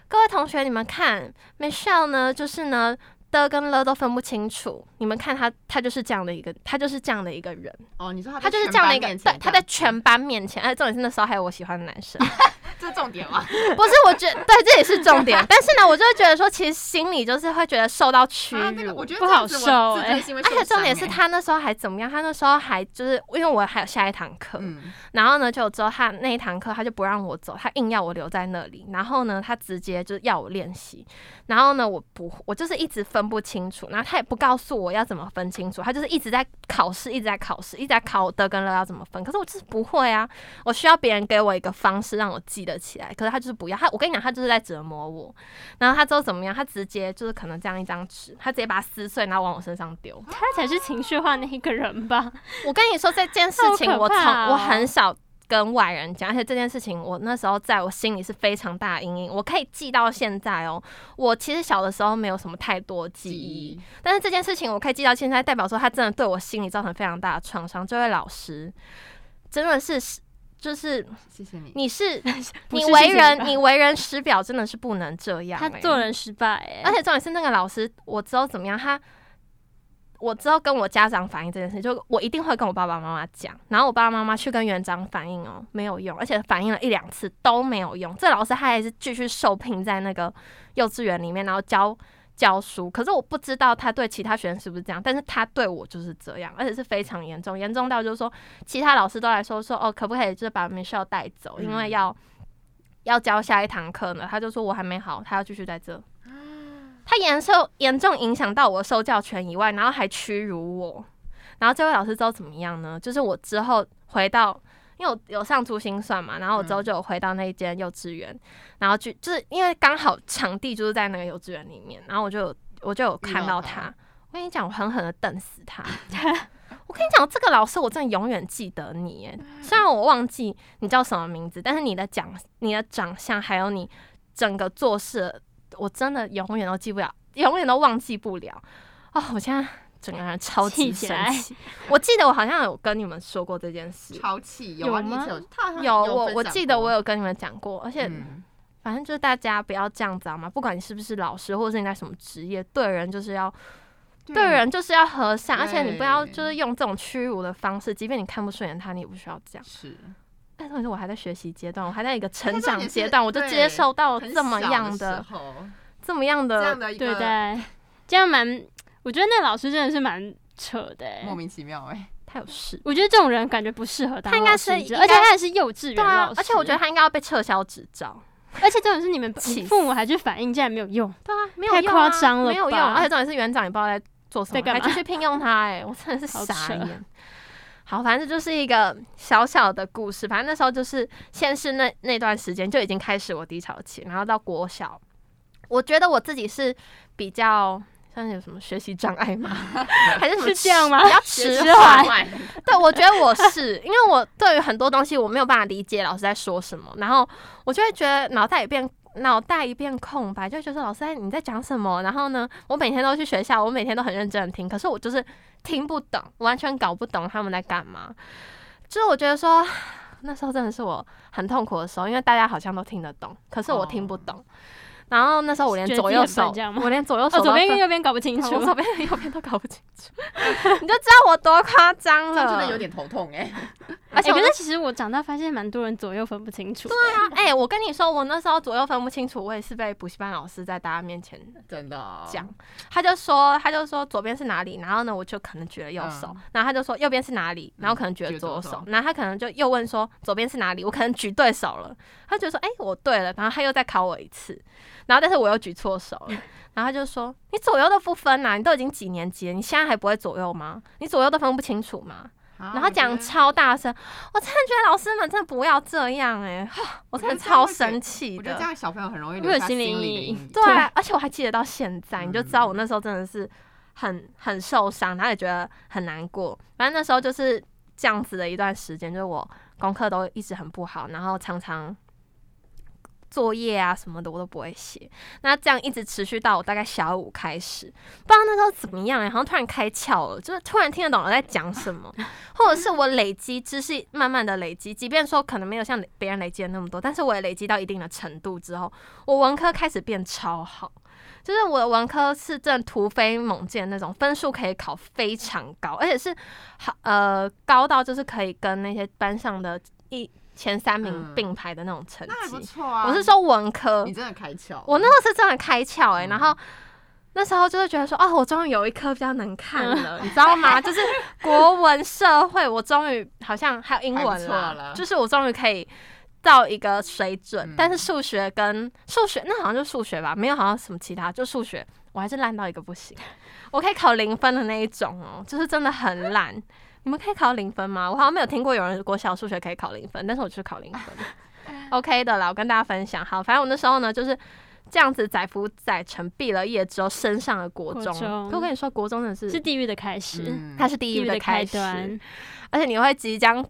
Speaker 1: 各位同学你们看，Michelle 呢，就是呢。的跟了都分不清楚，你们看他，他就是这样的一个，他就是这样的一个人，
Speaker 2: 哦，你说他
Speaker 1: 他就是
Speaker 2: 在
Speaker 1: 这样的一
Speaker 2: 全
Speaker 1: 个，
Speaker 2: 班面前
Speaker 1: 对，他在
Speaker 2: 这
Speaker 1: 全班面前，哎，重点是那时候还有我喜欢的男生，
Speaker 2: 样这是重 点吗？
Speaker 1: 不是，我觉对，这也是重点。 但是呢，我就会觉得说，其实心里就是会觉得受到屈辱。
Speaker 2: 啊，这个我觉得
Speaker 3: 不
Speaker 2: 这样
Speaker 3: 好
Speaker 2: 子我
Speaker 3: 受
Speaker 2: 自
Speaker 3: 哎
Speaker 2: 尊心会
Speaker 1: 而
Speaker 2: 受
Speaker 1: 且重点是
Speaker 2: 伤哎，
Speaker 1: 他那时候还怎么样？他那时候还就是因为我还有下一堂课，
Speaker 2: 嗯，
Speaker 1: 然后呢，就之后他那一堂课他就不让我走，他硬要我留在那里。然后呢，他直接就是要我练习。然后呢，我不，我就是一直分不清楚。然后他也不告诉我要怎么分清楚，他就是一直在考试，一直在考试，一直在考得跟乐要怎么分。可是我就是不会啊，我需要别人给我一个方式让我记得起来。可是他就是不要，他我跟你讲，他就是在折磨我。然后他之后怎么样？他直接就是可能这样一张纸，他直接把它撕碎，然后往我身上丢。
Speaker 3: 他才是情绪化那一个 人吧？
Speaker 1: 我跟你说这件事情
Speaker 3: 好
Speaker 1: 我，
Speaker 3: 可
Speaker 1: 从
Speaker 3: 怕哦
Speaker 1: 我很少跟外人讲，而且这件事情我那时候在我心里是非常大的阴影，我可以记到现在哦。我其实小的时候没有什么太多记忆，但是这件事情我可以记到现在，代表说他真的对我心里造成非常大的创伤。这位老师真的是。就是
Speaker 2: 谢谢你，
Speaker 1: 你是
Speaker 3: 不
Speaker 1: 你
Speaker 3: 是
Speaker 1: 为
Speaker 3: 谢谢你吧
Speaker 1: 人你为人师表真的是不能这样、
Speaker 3: 他
Speaker 1: 欸
Speaker 3: 做人失败哎、
Speaker 1: 而且重点是那个老师，我知道怎么样，他我知道跟我家长反映这件事，就我一定会跟我爸爸妈妈讲，然后我爸爸妈妈去跟园长反映哦，没有用，而且反映了一两次都没有用，这老师他还是继续受聘在那个幼稚园里面，然后教。教书，可是我不知道他对其他学生是不是这样，但是他对我就是这样，而且是非常严重，严重到就是说，其他老师都来说说哦，可不可以就是把 Michelle 带走，因为
Speaker 2: 嗯
Speaker 1: 要要教下一堂课呢。他就说我还没好，他要继续在这。他严受严重影响到我的受教权以外，然后还屈辱我。然后这位老师之后怎么样呢？就是我之后回到，因为我有上珠心算嘛，然后我之后就有回到那一间幼稚园，然后就就是因为刚好场地就是在那个幼稚园里面，然后我就有我就有看到
Speaker 2: 遇到
Speaker 1: 他。我跟你讲，我狠狠的瞪死他。 我跟你讲，这个老师我真的永远记得你耶。虽然我忘记你叫什么名字，但是你的讲、你的长相，还有你整个做事，我真的永远都记不了，永远都忘记不了。哦，我现在整个人超级
Speaker 3: 气起
Speaker 1: 生
Speaker 3: 来
Speaker 1: 气。我记得我好像有跟你们说过这件事，
Speaker 2: 超气
Speaker 3: 有
Speaker 2: 有啊你以
Speaker 3: 吗
Speaker 2: 前有他好像
Speaker 1: 有
Speaker 2: 有
Speaker 1: 我
Speaker 2: 分
Speaker 1: 我
Speaker 2: 享
Speaker 1: 记得
Speaker 2: 过
Speaker 1: 我有跟你们讲过，而且
Speaker 2: 嗯
Speaker 1: 反正就是大家不要这样子好吗？不管你是不是老师，或者是你在什么职业，对人就是要对人就是要和善，而且你不要
Speaker 2: 嗯对
Speaker 1: 就是用这种屈辱的方式，即便你看不顺眼他，你也不需要这样。
Speaker 2: 是
Speaker 1: 但是我还在学习阶段，我还在一个
Speaker 2: 且
Speaker 1: 成
Speaker 2: 重
Speaker 1: 长
Speaker 2: 点
Speaker 1: 阶
Speaker 2: 是
Speaker 1: 段，我就
Speaker 2: 对
Speaker 1: 接受到
Speaker 2: 很
Speaker 1: 哦这么
Speaker 2: 小
Speaker 1: 样
Speaker 2: 的时
Speaker 1: 的、
Speaker 2: 候
Speaker 1: 这么样
Speaker 2: 这
Speaker 1: 的
Speaker 2: 样的一
Speaker 3: 对
Speaker 2: 个
Speaker 3: 待，这样蛮，我觉得那老师真的是蛮扯的欸、
Speaker 2: 莫名其妙哎、
Speaker 1: 他有事。
Speaker 3: 我觉得这种人感觉不适合当
Speaker 1: 他应该
Speaker 3: 老师
Speaker 1: 是
Speaker 3: 你知道
Speaker 1: 应
Speaker 3: 而且
Speaker 1: 该
Speaker 3: 他也是幼稚园
Speaker 1: 对啊
Speaker 3: 老师。，
Speaker 1: 而且我觉得，他应该要被撤销执照。
Speaker 3: 而且这种是你们
Speaker 1: 气死
Speaker 3: 父母还去反映，竟然没有用。
Speaker 1: 对啊，没有
Speaker 3: 太
Speaker 1: 用
Speaker 3: 夸
Speaker 1: 啊
Speaker 3: 张了
Speaker 1: 没有用。
Speaker 3: 吧
Speaker 1: 而且重点是园长也不知道在做什
Speaker 3: 在
Speaker 1: 么，
Speaker 3: 干
Speaker 1: 还
Speaker 3: 嘛
Speaker 1: 继续聘用他、哎，我真的是
Speaker 3: 好
Speaker 1: 傻
Speaker 3: 扯
Speaker 1: 眼。好，反正这就是一个小小的故事。反正那时候就是先是那那段时间就已经开始我低潮期，然后到国小，我觉得我自己是比较像有什么学习障 碍吗？还是什么
Speaker 3: 是这样吗
Speaker 1: 比较
Speaker 3: 学
Speaker 1: 迟
Speaker 3: 习
Speaker 1: 缓
Speaker 3: 坏，
Speaker 1: 对，我觉得我是，因为我对于很多东西我没有办法理解老师在说什么，然后我就会觉得脑袋一片脑袋一片空白，就会觉得老师哎在你在讲什么。然后呢，我每天都去学校，我每天都很认真的听，可是我就是听不懂，完全搞不懂他们在干嘛。就是我觉得说。那时候真的是我很痛苦的时候，因为大家好像都听得懂，可是
Speaker 3: 哦
Speaker 1: 我听不懂。然后那时候我连
Speaker 3: 觉得
Speaker 1: 左
Speaker 3: 自己
Speaker 1: 右
Speaker 3: 很笨
Speaker 1: 手
Speaker 3: 这样，吗
Speaker 1: 我连左右手
Speaker 3: 哦，
Speaker 1: 都
Speaker 3: 左边
Speaker 1: 分
Speaker 3: 跟右边搞不清
Speaker 1: 我
Speaker 3: 楚。哎
Speaker 1: 左边跟右边都搞不清楚， 你就知道我多夸张
Speaker 2: 这
Speaker 1: 了，
Speaker 3: 哦
Speaker 2: 样真的有点头痛哎、
Speaker 1: 而且
Speaker 3: 欸
Speaker 1: 我
Speaker 3: 可
Speaker 1: 那
Speaker 3: 是其实我长大发现蛮多人左右分不清楚的。对
Speaker 1: 啊，哎、我跟你说，我那时候左右分不清楚，我也是被补习班老师在大家面前
Speaker 2: 真的哦
Speaker 1: 讲，他就说，他就说左边是哪里，然后呢，我就可能举了右手，
Speaker 2: 嗯
Speaker 1: 然后他就说右边是哪里，然后可能举了
Speaker 2: 举左
Speaker 1: 左
Speaker 2: 手
Speaker 1: 手，然后他可能就又问说左边是哪里，我可能举对手了，他就说，哎、我对了，然后他又再考我一次，然后但是我又举错手 了，然后他就说，你左右都不分呐、你都已经几年级了，你现在还不会左右吗？你左右都分不清楚吗？
Speaker 2: 哦
Speaker 1: 然后讲
Speaker 2: 超。
Speaker 1: 超大声，我真的觉得老师们真的不要这样哎、 我真的超生气
Speaker 2: 我觉得
Speaker 1: 的
Speaker 2: 这。样小朋友很容易
Speaker 3: 会
Speaker 2: 留
Speaker 3: 有
Speaker 2: 下
Speaker 3: 心
Speaker 2: 心
Speaker 3: 理
Speaker 2: 理的
Speaker 3: 阴
Speaker 2: 阴
Speaker 3: 影
Speaker 2: 影。
Speaker 1: 对啊
Speaker 3: 对，
Speaker 1: 而且我还记得到现在，你就知道我那时候真的是很很受伤，然后也觉得很难过。反正那时候就是这样子的一段时间，就是我功课都一直很不好，然后常常作业啊什么的我都不会写。那这样一直持续到我大概小五开始，不知道那时候怎么样、欸，好像突然开窍了，就是突然听得懂我在讲什么， 或者是我累积知识，慢慢的累积，即便说可能没有像别人累积的那么多，但是我也累积到一定的程度之后，我文科开始变超好。就是我的文科是真的突飞猛进的那种，分数可以考非常高，而且是好呃高到就是可以跟那些班上的一前三名
Speaker 2: 嗯
Speaker 1: 并排的那种成绩。
Speaker 2: 那还不错啊。
Speaker 1: 我是，说文科
Speaker 2: 你，真的开窍。
Speaker 1: 我那时候是真的开窍哎、
Speaker 2: 嗯
Speaker 1: 然后那时候就是觉得说，哦，我终于有一科比较能看了，你知道吗？就是国文、社会，我终于好像还有英
Speaker 2: 还不
Speaker 1: 文
Speaker 2: 错
Speaker 1: 啦，
Speaker 2: 了
Speaker 1: 就是我终于可以到一个水准，
Speaker 2: 嗯
Speaker 1: 但是数学跟数学那好像就数学吧，没有好像什么其他，就数学。我还是烂到一个不行，我可以考零分的那一种哦，就是真的很烂。 你们可以考零分吗？我好像没有听过有人国小数学可以考零分，但是我就是考零分，OK 的啦。我跟大家分享，好，反正我那时候呢就是这样子载浮载沉，毕了业之后升上了国中。
Speaker 3: 国中
Speaker 1: 可我跟你说，国中真的是
Speaker 3: 是地狱的开始，
Speaker 2: 嗯
Speaker 1: 它是地
Speaker 3: 地
Speaker 1: 狱
Speaker 3: 狱的
Speaker 1: 的
Speaker 3: 开
Speaker 1: 开始，嗯
Speaker 3: 端。
Speaker 1: 而且你会即将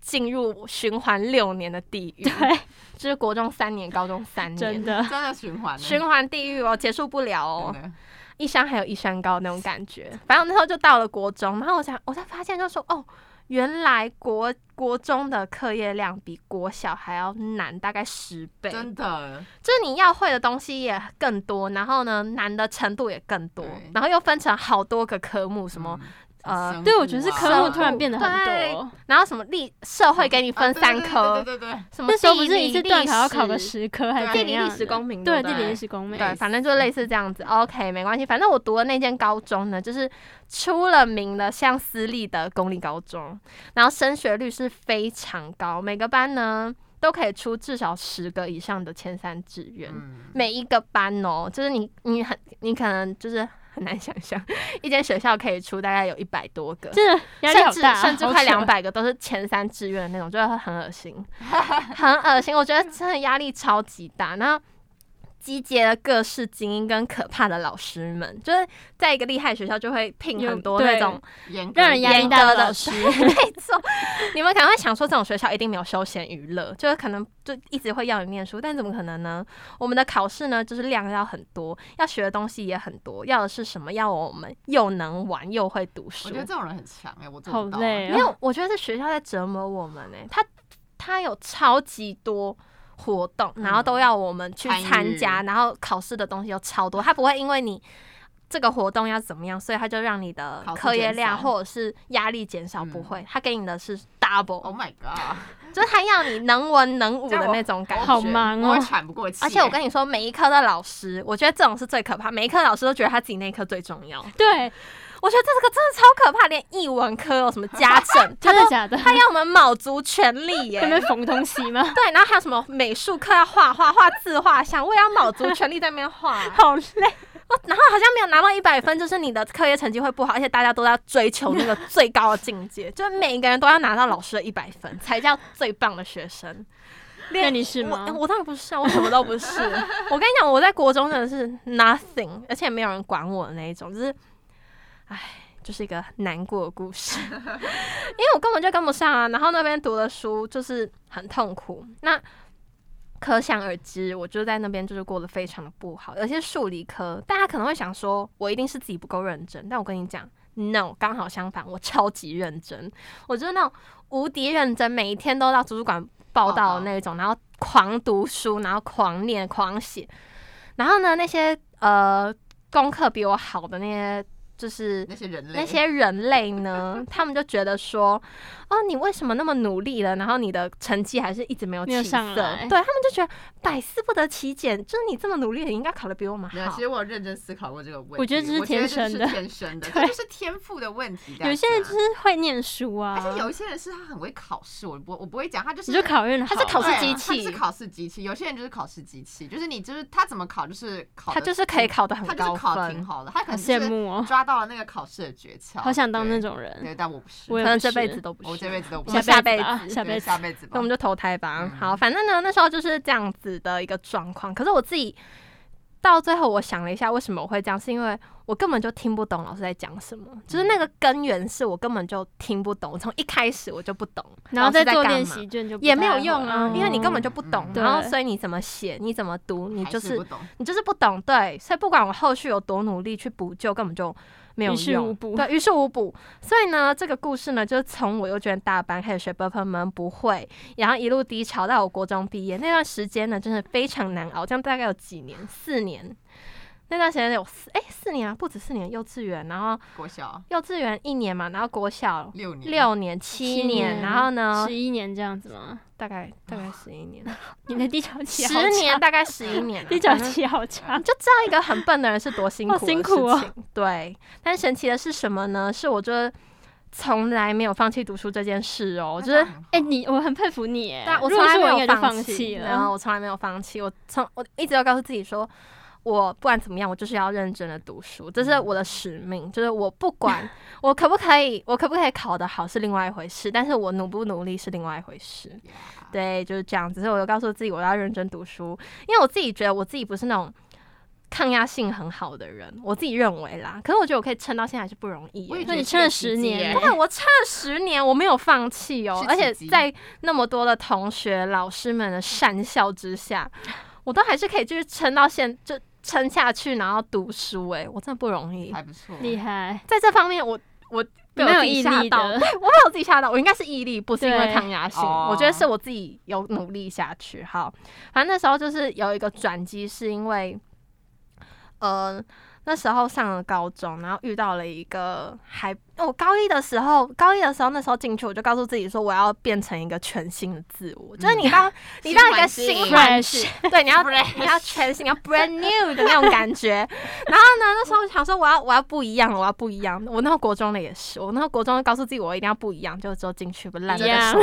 Speaker 1: 进入循环六年的地狱，
Speaker 3: 对，
Speaker 1: 就是国中三年，高中三
Speaker 3: 真
Speaker 1: 年。
Speaker 3: 的。
Speaker 2: 真的循环呢，
Speaker 1: 循环地狱哦，结束不了哦。
Speaker 2: 真的
Speaker 1: 一山还有一山高那种感觉。反正我那时候就到了国中，然后我才我才发现，就说哦，原来国国中的课业量比国小还要难，大概十倍，
Speaker 2: 真的
Speaker 1: 就是你要会的东西也更多，然后呢难的程度也更多
Speaker 2: 对，
Speaker 1: 然后又分成好多个科目，什么、呃
Speaker 2: 呃
Speaker 3: 对，我觉得是科目
Speaker 1: 生
Speaker 3: 突然变得很
Speaker 1: 对
Speaker 3: 多。
Speaker 1: 然后什么历社会给你分三科，
Speaker 2: 哦啊对对对对
Speaker 1: 什么
Speaker 3: 那时候不
Speaker 1: 地
Speaker 3: 是
Speaker 1: 理
Speaker 3: 一次段考要考个
Speaker 1: 历啊
Speaker 3: 十科还
Speaker 2: 对
Speaker 3: 是
Speaker 1: 地
Speaker 3: 怎
Speaker 1: 理、
Speaker 3: 样
Speaker 1: 历
Speaker 3: 的？
Speaker 1: 史、公民，
Speaker 3: 对，
Speaker 1: 不
Speaker 3: 地理、历史、公民。
Speaker 1: 对，啊反正就类似这样子。OK，没关系，反正我读的那间高中呢，就是出了名的像私立的公立高中，然后升学率是非常高，每个班呢都可以出至少十个以上的前三志
Speaker 2: 对
Speaker 1: 愿，
Speaker 2: 嗯
Speaker 1: 每一个班哦，就是你你很你可能就是。很难想象，一间学校可以出大概有一百多个，
Speaker 3: 真的压力
Speaker 1: 甚
Speaker 3: 好
Speaker 1: 至
Speaker 3: 大，啊
Speaker 1: 甚至
Speaker 3: 好
Speaker 1: 快
Speaker 3: 扯
Speaker 1: 两。百个都是前三志愿的那种，就会很恶心， 很恶心。我觉得真的压力超级大，然后集结了各式精英跟可怕的老师们，就是在一个厉害学校就会聘
Speaker 3: 有
Speaker 1: 很多
Speaker 3: 对
Speaker 1: 那种
Speaker 2: 严格
Speaker 3: 让人压力
Speaker 1: 严
Speaker 3: 大
Speaker 1: 格
Speaker 3: 的
Speaker 1: 的
Speaker 3: 老师
Speaker 1: 没错，你们可能会想说，这种学校一定没有休闲娱乐，就是可能就一直会要你念书，但怎么可能呢？我们的考试呢，就是量要很多，要学的东西也很多，要的是什么？要我们又能玩又会读书。
Speaker 2: 我觉得这种人很强哎，我做
Speaker 3: 好
Speaker 2: 不到啊。
Speaker 3: 累
Speaker 1: 没
Speaker 3: 哦，
Speaker 1: 有，我觉得是学校在折磨我们呢、他他有超级多活动，然后都要我们去
Speaker 2: 嗯参与
Speaker 1: 参加，然后考试的东西又超多，他不会因为你。这个活动要怎么样？所以他就让你的
Speaker 2: 考试
Speaker 1: 课业
Speaker 2: 减
Speaker 1: 量
Speaker 2: 少
Speaker 1: 或者是压力减少，不
Speaker 2: 嗯
Speaker 1: 会，他给你的是 double，
Speaker 2: Oh my god，
Speaker 1: 就是他要你能文能武
Speaker 2: 这样
Speaker 1: 的
Speaker 2: 我
Speaker 1: 那种感觉。
Speaker 3: 好忙
Speaker 2: 我
Speaker 3: 哦
Speaker 2: 会。喘不过气。
Speaker 1: 嗯
Speaker 2: 哎
Speaker 1: 而且我跟你说， 每一科的老师，我觉得这种是最可怕。每一科老师都觉得他自己那一科最重要，
Speaker 3: 对，
Speaker 1: 我觉得这个真的超可怕，连译文科有什么家 政，他
Speaker 3: 真
Speaker 1: 都
Speaker 3: 的假的？
Speaker 1: 他要我们卯足全力 耶、
Speaker 3: 在那边缝东 西吗？
Speaker 1: 对，然后还有什么美术课要画画、画自画像，我也要卯足全力在那边 画。
Speaker 3: 好累，
Speaker 1: 然后好像没有拿到一百分，就是你的课业成绩会不好，而且大家都在追求那个最高的境界， 就是每一个人都要拿到老师的一百分才叫最棒的学生。
Speaker 3: 那你是吗
Speaker 1: 我？我当然不是啊，我什么都不 是。我跟你讲，我在国中真的是 nothing，而且没有人管我的那一种，就是，唉，就是一个难过的故事。 因为我根本就跟不上啊，然后那边读的书就是很痛苦。那可想而知，我就在那边就是过得非常的不好，而且数理科，大家可能会想说我一定是自己不够认真，但我跟你讲，no，刚好相反，我超级认真，我就是那种无敌认真，每一天都到图书馆报道的那种，然后狂读书，然后狂念、狂写，然后呢，那些呃功课比我好的那些就是
Speaker 2: 那些人类，
Speaker 1: 那些人类呢，他们就觉得说，哦，你为什么那么努力了，然后你的成绩还是一直没有
Speaker 3: 没有
Speaker 1: 起色？
Speaker 3: 上来
Speaker 1: 对他们就觉得百思不得其解，就是你这么努力，你应该考得比我们
Speaker 2: 没有
Speaker 1: 好
Speaker 2: 其。实我有认真思考过这个问题，
Speaker 3: 我觉得这是天生的
Speaker 2: 我觉得这是天 生的，
Speaker 3: 对
Speaker 2: 这就是天赋的问题。，
Speaker 3: 有些人就是是会念书啊，
Speaker 2: 而且有一些人是他很会考试，我不我不会讲，他就是
Speaker 3: 你就考运好，啊
Speaker 1: 他是考试
Speaker 2: 对啊
Speaker 1: 机
Speaker 2: 他就是
Speaker 1: 器
Speaker 2: 考试机器。有些人就是考试机器，就是你就是他怎么考就是考得，
Speaker 1: 他就是可以考得很
Speaker 2: 他就
Speaker 1: 高
Speaker 2: 是考挺
Speaker 1: 分，
Speaker 2: 好的，他可
Speaker 3: 好
Speaker 2: 能
Speaker 3: 羡
Speaker 2: 就是
Speaker 3: 慕哦，
Speaker 2: 抓到了那个考试的诀窍。
Speaker 3: 好想当那
Speaker 2: 对
Speaker 3: 种
Speaker 2: 对，
Speaker 3: 人，
Speaker 2: 但我不是，
Speaker 3: 我
Speaker 1: 可
Speaker 3: 也
Speaker 1: 能
Speaker 3: 不
Speaker 1: 这辈
Speaker 3: 是
Speaker 1: 子都不
Speaker 2: 我
Speaker 1: 是
Speaker 2: 这。辈子都
Speaker 1: 我
Speaker 2: 不是
Speaker 1: 们
Speaker 3: 下
Speaker 1: 下辈
Speaker 3: 子吧，
Speaker 1: 子
Speaker 3: 下
Speaker 2: 对
Speaker 3: 辈子
Speaker 2: 下辈子
Speaker 1: 那
Speaker 2: 吧
Speaker 1: 我们。就投胎吧。
Speaker 2: 嗯
Speaker 1: 好，反正呢那时候就是这样子的一个状况。可是我自己到最后我想了一下，为什么我会这样，是因为我根本就听不懂老师在讲什么，就是
Speaker 2: 嗯
Speaker 1: 那个根源是我根本就听不懂，从一开始我就不懂，
Speaker 3: 然后
Speaker 1: 老师
Speaker 3: 再
Speaker 1: 在
Speaker 3: 做
Speaker 1: 干
Speaker 3: 练
Speaker 1: 嘛
Speaker 3: 习卷就不
Speaker 1: 也没有
Speaker 3: 太会
Speaker 1: 用啊，
Speaker 3: 嗯
Speaker 1: 因为你根本就不懂，
Speaker 3: 嗯
Speaker 1: 然后
Speaker 3: 对
Speaker 1: 所以你怎么写，你怎么读，你
Speaker 2: 还
Speaker 1: 就是是
Speaker 2: 不懂，
Speaker 1: 你就是不懂，对，所以不管我后续有多努力去补救，根本就没有
Speaker 3: 于
Speaker 1: 用，
Speaker 3: 事无补
Speaker 1: 对，于事无补。所以呢，这个故事呢，就是从我幼稚园大班开始学 b u p 们不会，然后一路低潮到我国中毕业那段时间呢，真的非常难熬，这样大概有几年，四年。那段时间有四哎、四年啊，不止四年，幼稚园，然后
Speaker 2: 国小
Speaker 1: 幼稚园一年嘛，然后国小
Speaker 2: 六年，
Speaker 1: 六年、七
Speaker 3: 七年
Speaker 1: 年，然后呢
Speaker 3: 十，一年这样子 吗？
Speaker 1: 大概大概十一年，
Speaker 3: 你的低潮期好
Speaker 1: 十年
Speaker 3: 长，
Speaker 1: 大概十一年啊，
Speaker 3: 低潮
Speaker 1: 反正
Speaker 3: 期 好
Speaker 1: 你
Speaker 3: 长，
Speaker 1: 就知道一个很笨的人是多辛苦的
Speaker 3: 好辛苦嗯哦
Speaker 1: 事情对，但神奇的是什么呢？是我就是从来没有放弃读书这件事哦，
Speaker 2: 那
Speaker 1: 就
Speaker 2: 这样
Speaker 1: 是
Speaker 2: 很。好，
Speaker 3: 哎，你我很佩服你耶，
Speaker 1: 但我
Speaker 3: 如
Speaker 1: 从
Speaker 3: 果
Speaker 1: 来
Speaker 3: 是
Speaker 1: 没
Speaker 3: 我应
Speaker 1: 有
Speaker 3: 该就放
Speaker 1: 弃，
Speaker 3: 弃
Speaker 1: 然后
Speaker 3: 了，
Speaker 1: 我从来没有放弃，我从我一直都告诉自己说，我不管怎么样，我就是要认真的读书，这是
Speaker 3: 嗯
Speaker 1: 我的使命，就是我不管 我可不可以，我可不可以考得好是另外一回事，但是我努不努力是另外一回事。
Speaker 2: Yeah
Speaker 1: 对，就是这样。只是我有告诉自己我要认真读书，因为我自己觉得我自己不是那种抗压性很好的人，我自己认为啦。可是我觉得我可以撑到现在还是不容易
Speaker 2: 我也
Speaker 1: 耶。
Speaker 2: 觉
Speaker 3: 那
Speaker 2: 得
Speaker 3: 你
Speaker 2: 是
Speaker 3: 撑
Speaker 2: 个
Speaker 3: 了
Speaker 2: 奇
Speaker 3: 十
Speaker 2: 迹
Speaker 3: 年
Speaker 2: 耶
Speaker 3: 耶
Speaker 1: 对，我撑了十年，我没有放弃哦，
Speaker 2: 是
Speaker 1: 而
Speaker 2: 奇
Speaker 1: 且
Speaker 2: 迹
Speaker 1: 在那么多的同学、老师们的善笑之下，我都还是可以就是撑到现，就撑下去，然后读书。哎，我真的不容易，
Speaker 2: 还不错，
Speaker 3: 厉害，
Speaker 1: 在这方面我我被我
Speaker 3: 蛮有
Speaker 1: 自己
Speaker 3: 毅
Speaker 1: 吓
Speaker 3: 力
Speaker 1: 到
Speaker 3: 的，
Speaker 1: 我有自己吓到，我应该是毅力，不是因为
Speaker 3: 对
Speaker 1: 抗压性。
Speaker 2: 哦
Speaker 1: 我觉得是我自己有努力下去。好，反正那时候就是有一个转机，是因为，呃，那时候上了高中，然后遇到了一个还我高一的时候，高一的时候那时候进去，我就告诉自己说我要变成一个全新的自我，就是你当你当一个
Speaker 2: 嗯新环
Speaker 1: 新
Speaker 2: 境
Speaker 1: 环境，对，你要
Speaker 2: Fresh
Speaker 1: 你要全新，你要 brand new 的那种感觉。然后呢，那时候想说我要我要不一样，我要不一样。我那时候国中的也是，我那时候国中告诉自己我一定要不一样，就之后进去不烂
Speaker 3: 一
Speaker 1: 的
Speaker 3: 样，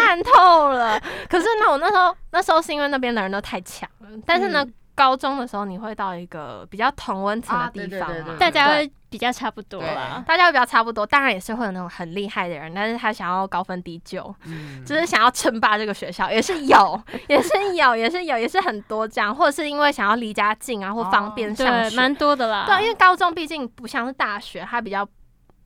Speaker 1: 烂透了。可是呢，我那时候那时候是因为那边的人都太强了，但是呢。高中的时候，你会到一个比较同温层
Speaker 2: 嗯啊
Speaker 1: 的
Speaker 2: 对
Speaker 1: 地
Speaker 2: 对
Speaker 1: 方
Speaker 2: 对
Speaker 1: 嘛
Speaker 2: 对对
Speaker 3: 大家会比较差不多
Speaker 2: 对
Speaker 3: 啦。
Speaker 1: 大家会比较差不多，当然也是会有那种很厉害的人，但是他想要高分低就，
Speaker 2: 嗯
Speaker 1: 就是想要称霸这个学校，也是 有，也是有，也是有，也是很多这样，或者是因为想要离家近啊，或方便上
Speaker 3: 哦对，
Speaker 1: 学，
Speaker 3: 蛮多的啦。
Speaker 1: 对，因为高中毕竟不像是大学，它比较。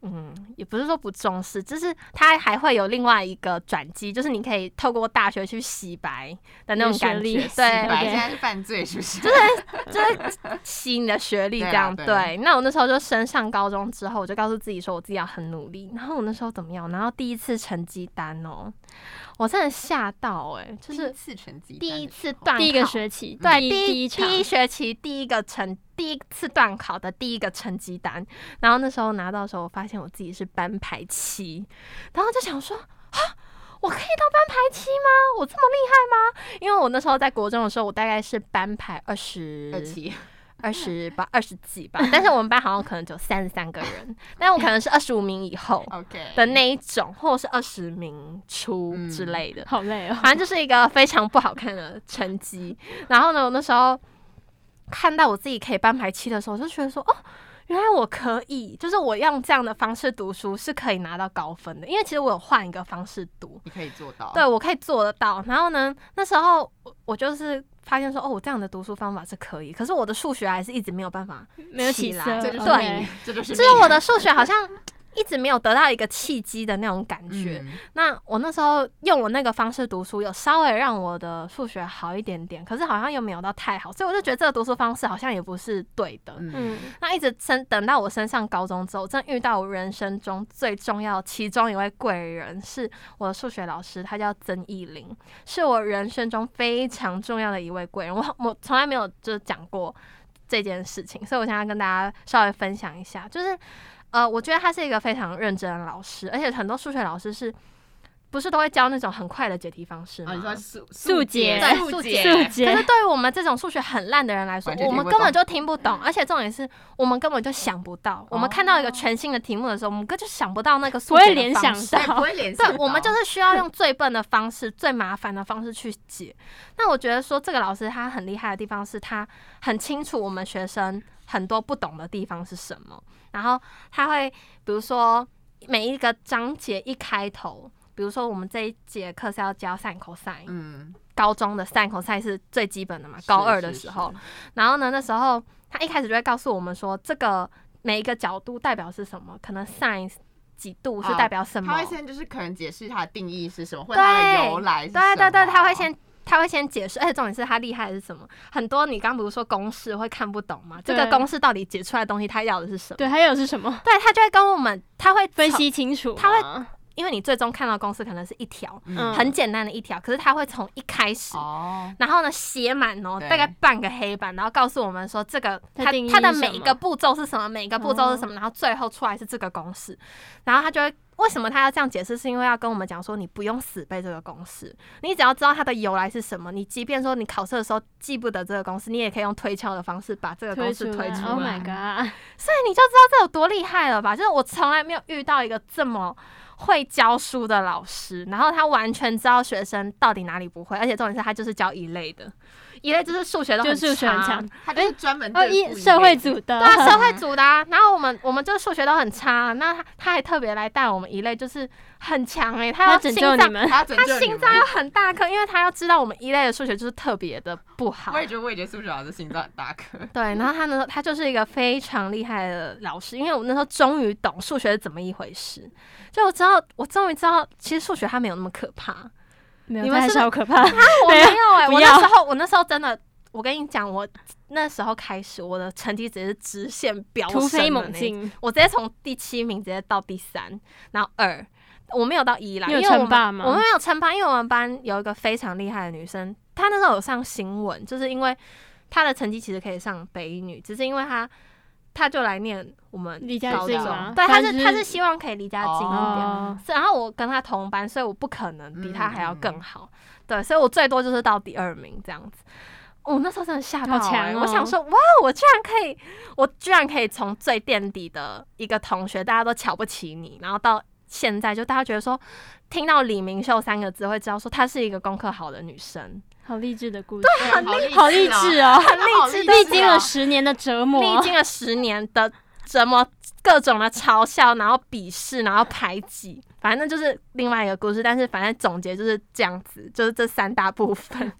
Speaker 1: 嗯，也不是说不重视，就是它还会有另外一个转机，就是你可以透过大学去洗白的那种感
Speaker 3: 你的
Speaker 1: 觉对
Speaker 3: 学历，洗
Speaker 2: 本来
Speaker 3: 白 OK
Speaker 2: 现在是犯罪是不是？
Speaker 1: 就是洗你的学 历这样。
Speaker 2: 对啊对啊
Speaker 1: 对，那我那时候就升上高中之后，我就告诉自己说我自己要很努力。然后我那时候怎么样？然后第一次成绩单哦，我真的吓到哎、就
Speaker 2: 第一
Speaker 1: 是
Speaker 2: 次成绩单的时候，
Speaker 1: 第一次断
Speaker 3: 第一个
Speaker 1: 考
Speaker 3: 学期，
Speaker 1: 对，
Speaker 3: 第
Speaker 1: 第
Speaker 3: 一场
Speaker 1: 第一学期第一个成第一次段考的第一个成绩单，然后那时候拿到的时候，我发现我自己是班排七，然后就想说啊，我可以到班排七吗？我这么厉害吗？因为我那时候在国中的时候，我大概是班排二十
Speaker 2: 二期，
Speaker 1: 二十吧，二十几吧，但是我们班好像可能只有三十三个 人，但我可能是二十五名以后
Speaker 2: OK
Speaker 1: 的那一种，或者是二十名出
Speaker 3: 嗯
Speaker 1: 之类的，
Speaker 3: 好累哦。
Speaker 1: 反正就是一个非常不好看的成绩。然后呢，我那时候看到我自己可以班排七的时候，我就觉得说，哦，原来我可以，就是我用这样的方式读书是可以拿到高分的，因为其实我有换一个方式读，
Speaker 2: 你可以做到。
Speaker 1: 对我可以做得到。然后呢，那时候我我就是。发现说哦，我这样的读书方法是可以，可是我的数学还是一直没有办法，
Speaker 3: 没有
Speaker 1: 起
Speaker 3: 起
Speaker 1: 来
Speaker 3: 色，
Speaker 2: 这就是
Speaker 1: 对
Speaker 2: 你，这就是
Speaker 1: 就
Speaker 2: 你
Speaker 1: 是我的数学好像一直没有得到一个契机的那种感觉。
Speaker 2: 嗯
Speaker 1: 那我那时候用我那个方式读书，有稍微让我的数学好一点点，可是好像又没有到太好，所以我就觉得这个读书方式好像也不是对的。
Speaker 2: 嗯
Speaker 3: 嗯，
Speaker 1: 那一直升等到我升上高中之后，我真的遇到我人生中最重要其中一位贵人，是我的数学老师，他叫曾义林，是我人生中非常重要的一位贵人。我我从来没有就是讲过这件事情，所以我想要跟大家稍微分享一下，就是呃，我觉得他是一个非常认真的老师，而且很多数学老师是。不是都会教那种很快的解题方式吗？
Speaker 2: 啊，你说速
Speaker 3: 速解
Speaker 1: 嗯对
Speaker 2: 速
Speaker 1: 速
Speaker 2: 解，
Speaker 3: 速
Speaker 1: 可是
Speaker 3: 解，
Speaker 1: 对于我们这种数学很烂的人来说
Speaker 2: 完全，
Speaker 1: 我们
Speaker 2: 听不
Speaker 1: 根本
Speaker 2: 懂哦
Speaker 1: 就听不懂，而且重点是我们根本就想不到。我们看到一个全新的题目的时候，我们根本就想不到那个
Speaker 3: 不
Speaker 1: 数
Speaker 3: 会
Speaker 1: 学
Speaker 3: 联
Speaker 1: 的
Speaker 3: 想
Speaker 1: 方式。
Speaker 2: 对，不
Speaker 3: 到，
Speaker 2: 会联想
Speaker 1: 对
Speaker 2: 到。，
Speaker 1: 我们就是需要用最笨的方式、最麻烦的方式去解。那我觉得说这个老师他很厉害的地方是他很清楚我们学生很多不懂的地方是什么，然后他会比如说每一个章节一开头，比如说我们这一节课是要教 sin、cosine，
Speaker 2: 嗯，
Speaker 1: 高中的 sin、cosine 是最基本的嘛，
Speaker 2: 是
Speaker 1: 高二的
Speaker 2: 是
Speaker 1: 时
Speaker 2: 是
Speaker 1: 候，然后呢，那时候他一开始就会告诉我们说，这个每一个角度代表是什么，可能 sin 几度是
Speaker 2: 啊
Speaker 1: 代表什么，
Speaker 2: 他会先就是可能解释它的定义是什么，或者它的由来是什么。
Speaker 1: 对对对，他会先。他会先解释，而且重点是他厉害的是什么？很多你刚比如说公式会看不懂嘛，这个
Speaker 3: 对
Speaker 1: 公式到底解出来的东西，他要的是什么？
Speaker 3: 对，还有是什么？
Speaker 1: 对，他就会跟我们，他会
Speaker 3: 分
Speaker 1: 从，
Speaker 3: 析清楚嘛，
Speaker 1: 他会因为你最终看到公式可能是一条、
Speaker 3: 嗯
Speaker 1: 很简单的一条，可是他会从一开始
Speaker 2: 哦，
Speaker 1: 然后呢，写满哦，
Speaker 2: 对
Speaker 1: 大概半个黑板，然后告诉我们说这个
Speaker 3: 它
Speaker 1: 它
Speaker 3: 定义
Speaker 1: 它的
Speaker 3: 是
Speaker 1: 每
Speaker 3: 什
Speaker 1: 一
Speaker 3: 么哦
Speaker 1: 个步骤是什么，每一个步骤是什么，然后最后出来是这个公式，然后他就会。为什么他要这样解释？是因为要跟我们讲说，你不用死背这个公式，你只要知道它的由来是什么，你即便说你考试的时候记不得这个公式，你也可以用推敲的方式把这个公
Speaker 3: 推
Speaker 1: 式
Speaker 3: 出
Speaker 1: 推
Speaker 3: 来
Speaker 1: 出来。
Speaker 3: ，Oh my god，
Speaker 1: 所以你就知道这有多厉害了吧？就是我从来没有遇到一个这么会教书的老师，然后他完全知道学生到底哪里不会，而且重点是他就是教一类的，一类就是数学都
Speaker 3: 就
Speaker 1: 很哎
Speaker 3: 数学很强，
Speaker 2: 他就是专门
Speaker 3: 哦，
Speaker 2: 对
Speaker 3: 一
Speaker 2: 付
Speaker 3: 社会
Speaker 2: 类
Speaker 3: 组的，
Speaker 1: 对啊，社 会组的、啊。然后我们我们就是数学都很差，啊那他他还特别来带我们一类，就是很强诶、他
Speaker 3: 他
Speaker 1: 要
Speaker 3: 拯
Speaker 1: 心
Speaker 3: 救
Speaker 1: 脏
Speaker 3: 你们，
Speaker 2: 他要拯
Speaker 1: 他
Speaker 2: 救你
Speaker 1: 心
Speaker 2: 们
Speaker 1: 脏要很大颗，因为他要知道我们一类的数学就是特别的不好。
Speaker 2: 我也觉得，我也觉得数学老师心脏很大颗。
Speaker 1: 对，然后他呢，他就是一个非常厉害的老师，因为我那时候终于懂数学是怎么一回事，就我知道，我终于知道，其实数学它没有那么可怕。啊，
Speaker 3: 没有
Speaker 1: 你们
Speaker 3: 他
Speaker 1: 是
Speaker 3: 还好可怕，
Speaker 1: 我没
Speaker 3: 没有
Speaker 1: 有哎、
Speaker 3: 不
Speaker 1: 我
Speaker 3: 要
Speaker 1: 那时候，我那时候真的，我跟你讲，我那时候开始，我的成绩只是直线飙升，
Speaker 3: 突飞猛，进，
Speaker 1: 我直接从第七名直接到第三，然后二。我没有到一啦，
Speaker 3: 你
Speaker 1: 因
Speaker 3: 有
Speaker 1: 为我
Speaker 3: 称霸
Speaker 1: 们
Speaker 3: 吗
Speaker 1: 我们没有称霸，因为我们班有一个非常厉害的女生，她那时候有上新闻，就是因为她的成绩其实可以上北一女，只是因为她她就来念我们
Speaker 3: 离家
Speaker 1: 高
Speaker 3: 近
Speaker 1: 中
Speaker 3: 吗
Speaker 1: 对，她
Speaker 3: 反
Speaker 1: 是
Speaker 3: 正
Speaker 1: 她
Speaker 3: 就是
Speaker 1: 希望可以离家近一点。
Speaker 3: 哦，
Speaker 1: 是然后我跟她同班，所以我不可能比她还
Speaker 3: 嗯
Speaker 1: 要更好，对，所以我最多就是到第二名这样子。我、那时候真的吓到、
Speaker 3: 好强
Speaker 1: 欸，
Speaker 3: 哦
Speaker 1: 我想说，哇，我居然可以，我居然可以从最垫底的一个同学，大家都瞧不起你，然后到现在就大家觉得说，听到李明秀三个字会知道说她是一个功课好的女生，
Speaker 3: 好励志的故事，
Speaker 2: 对，哎好
Speaker 1: 啊
Speaker 2: 励
Speaker 3: 好励志哦，
Speaker 2: 很励
Speaker 1: 志
Speaker 3: 历经了十年的折磨，
Speaker 1: 历经了十年的折磨，各种的嘲笑，然后鄙视，然后排挤，反正就是另外一个故事。但是反正总结就是这样子，就是这三大部 分。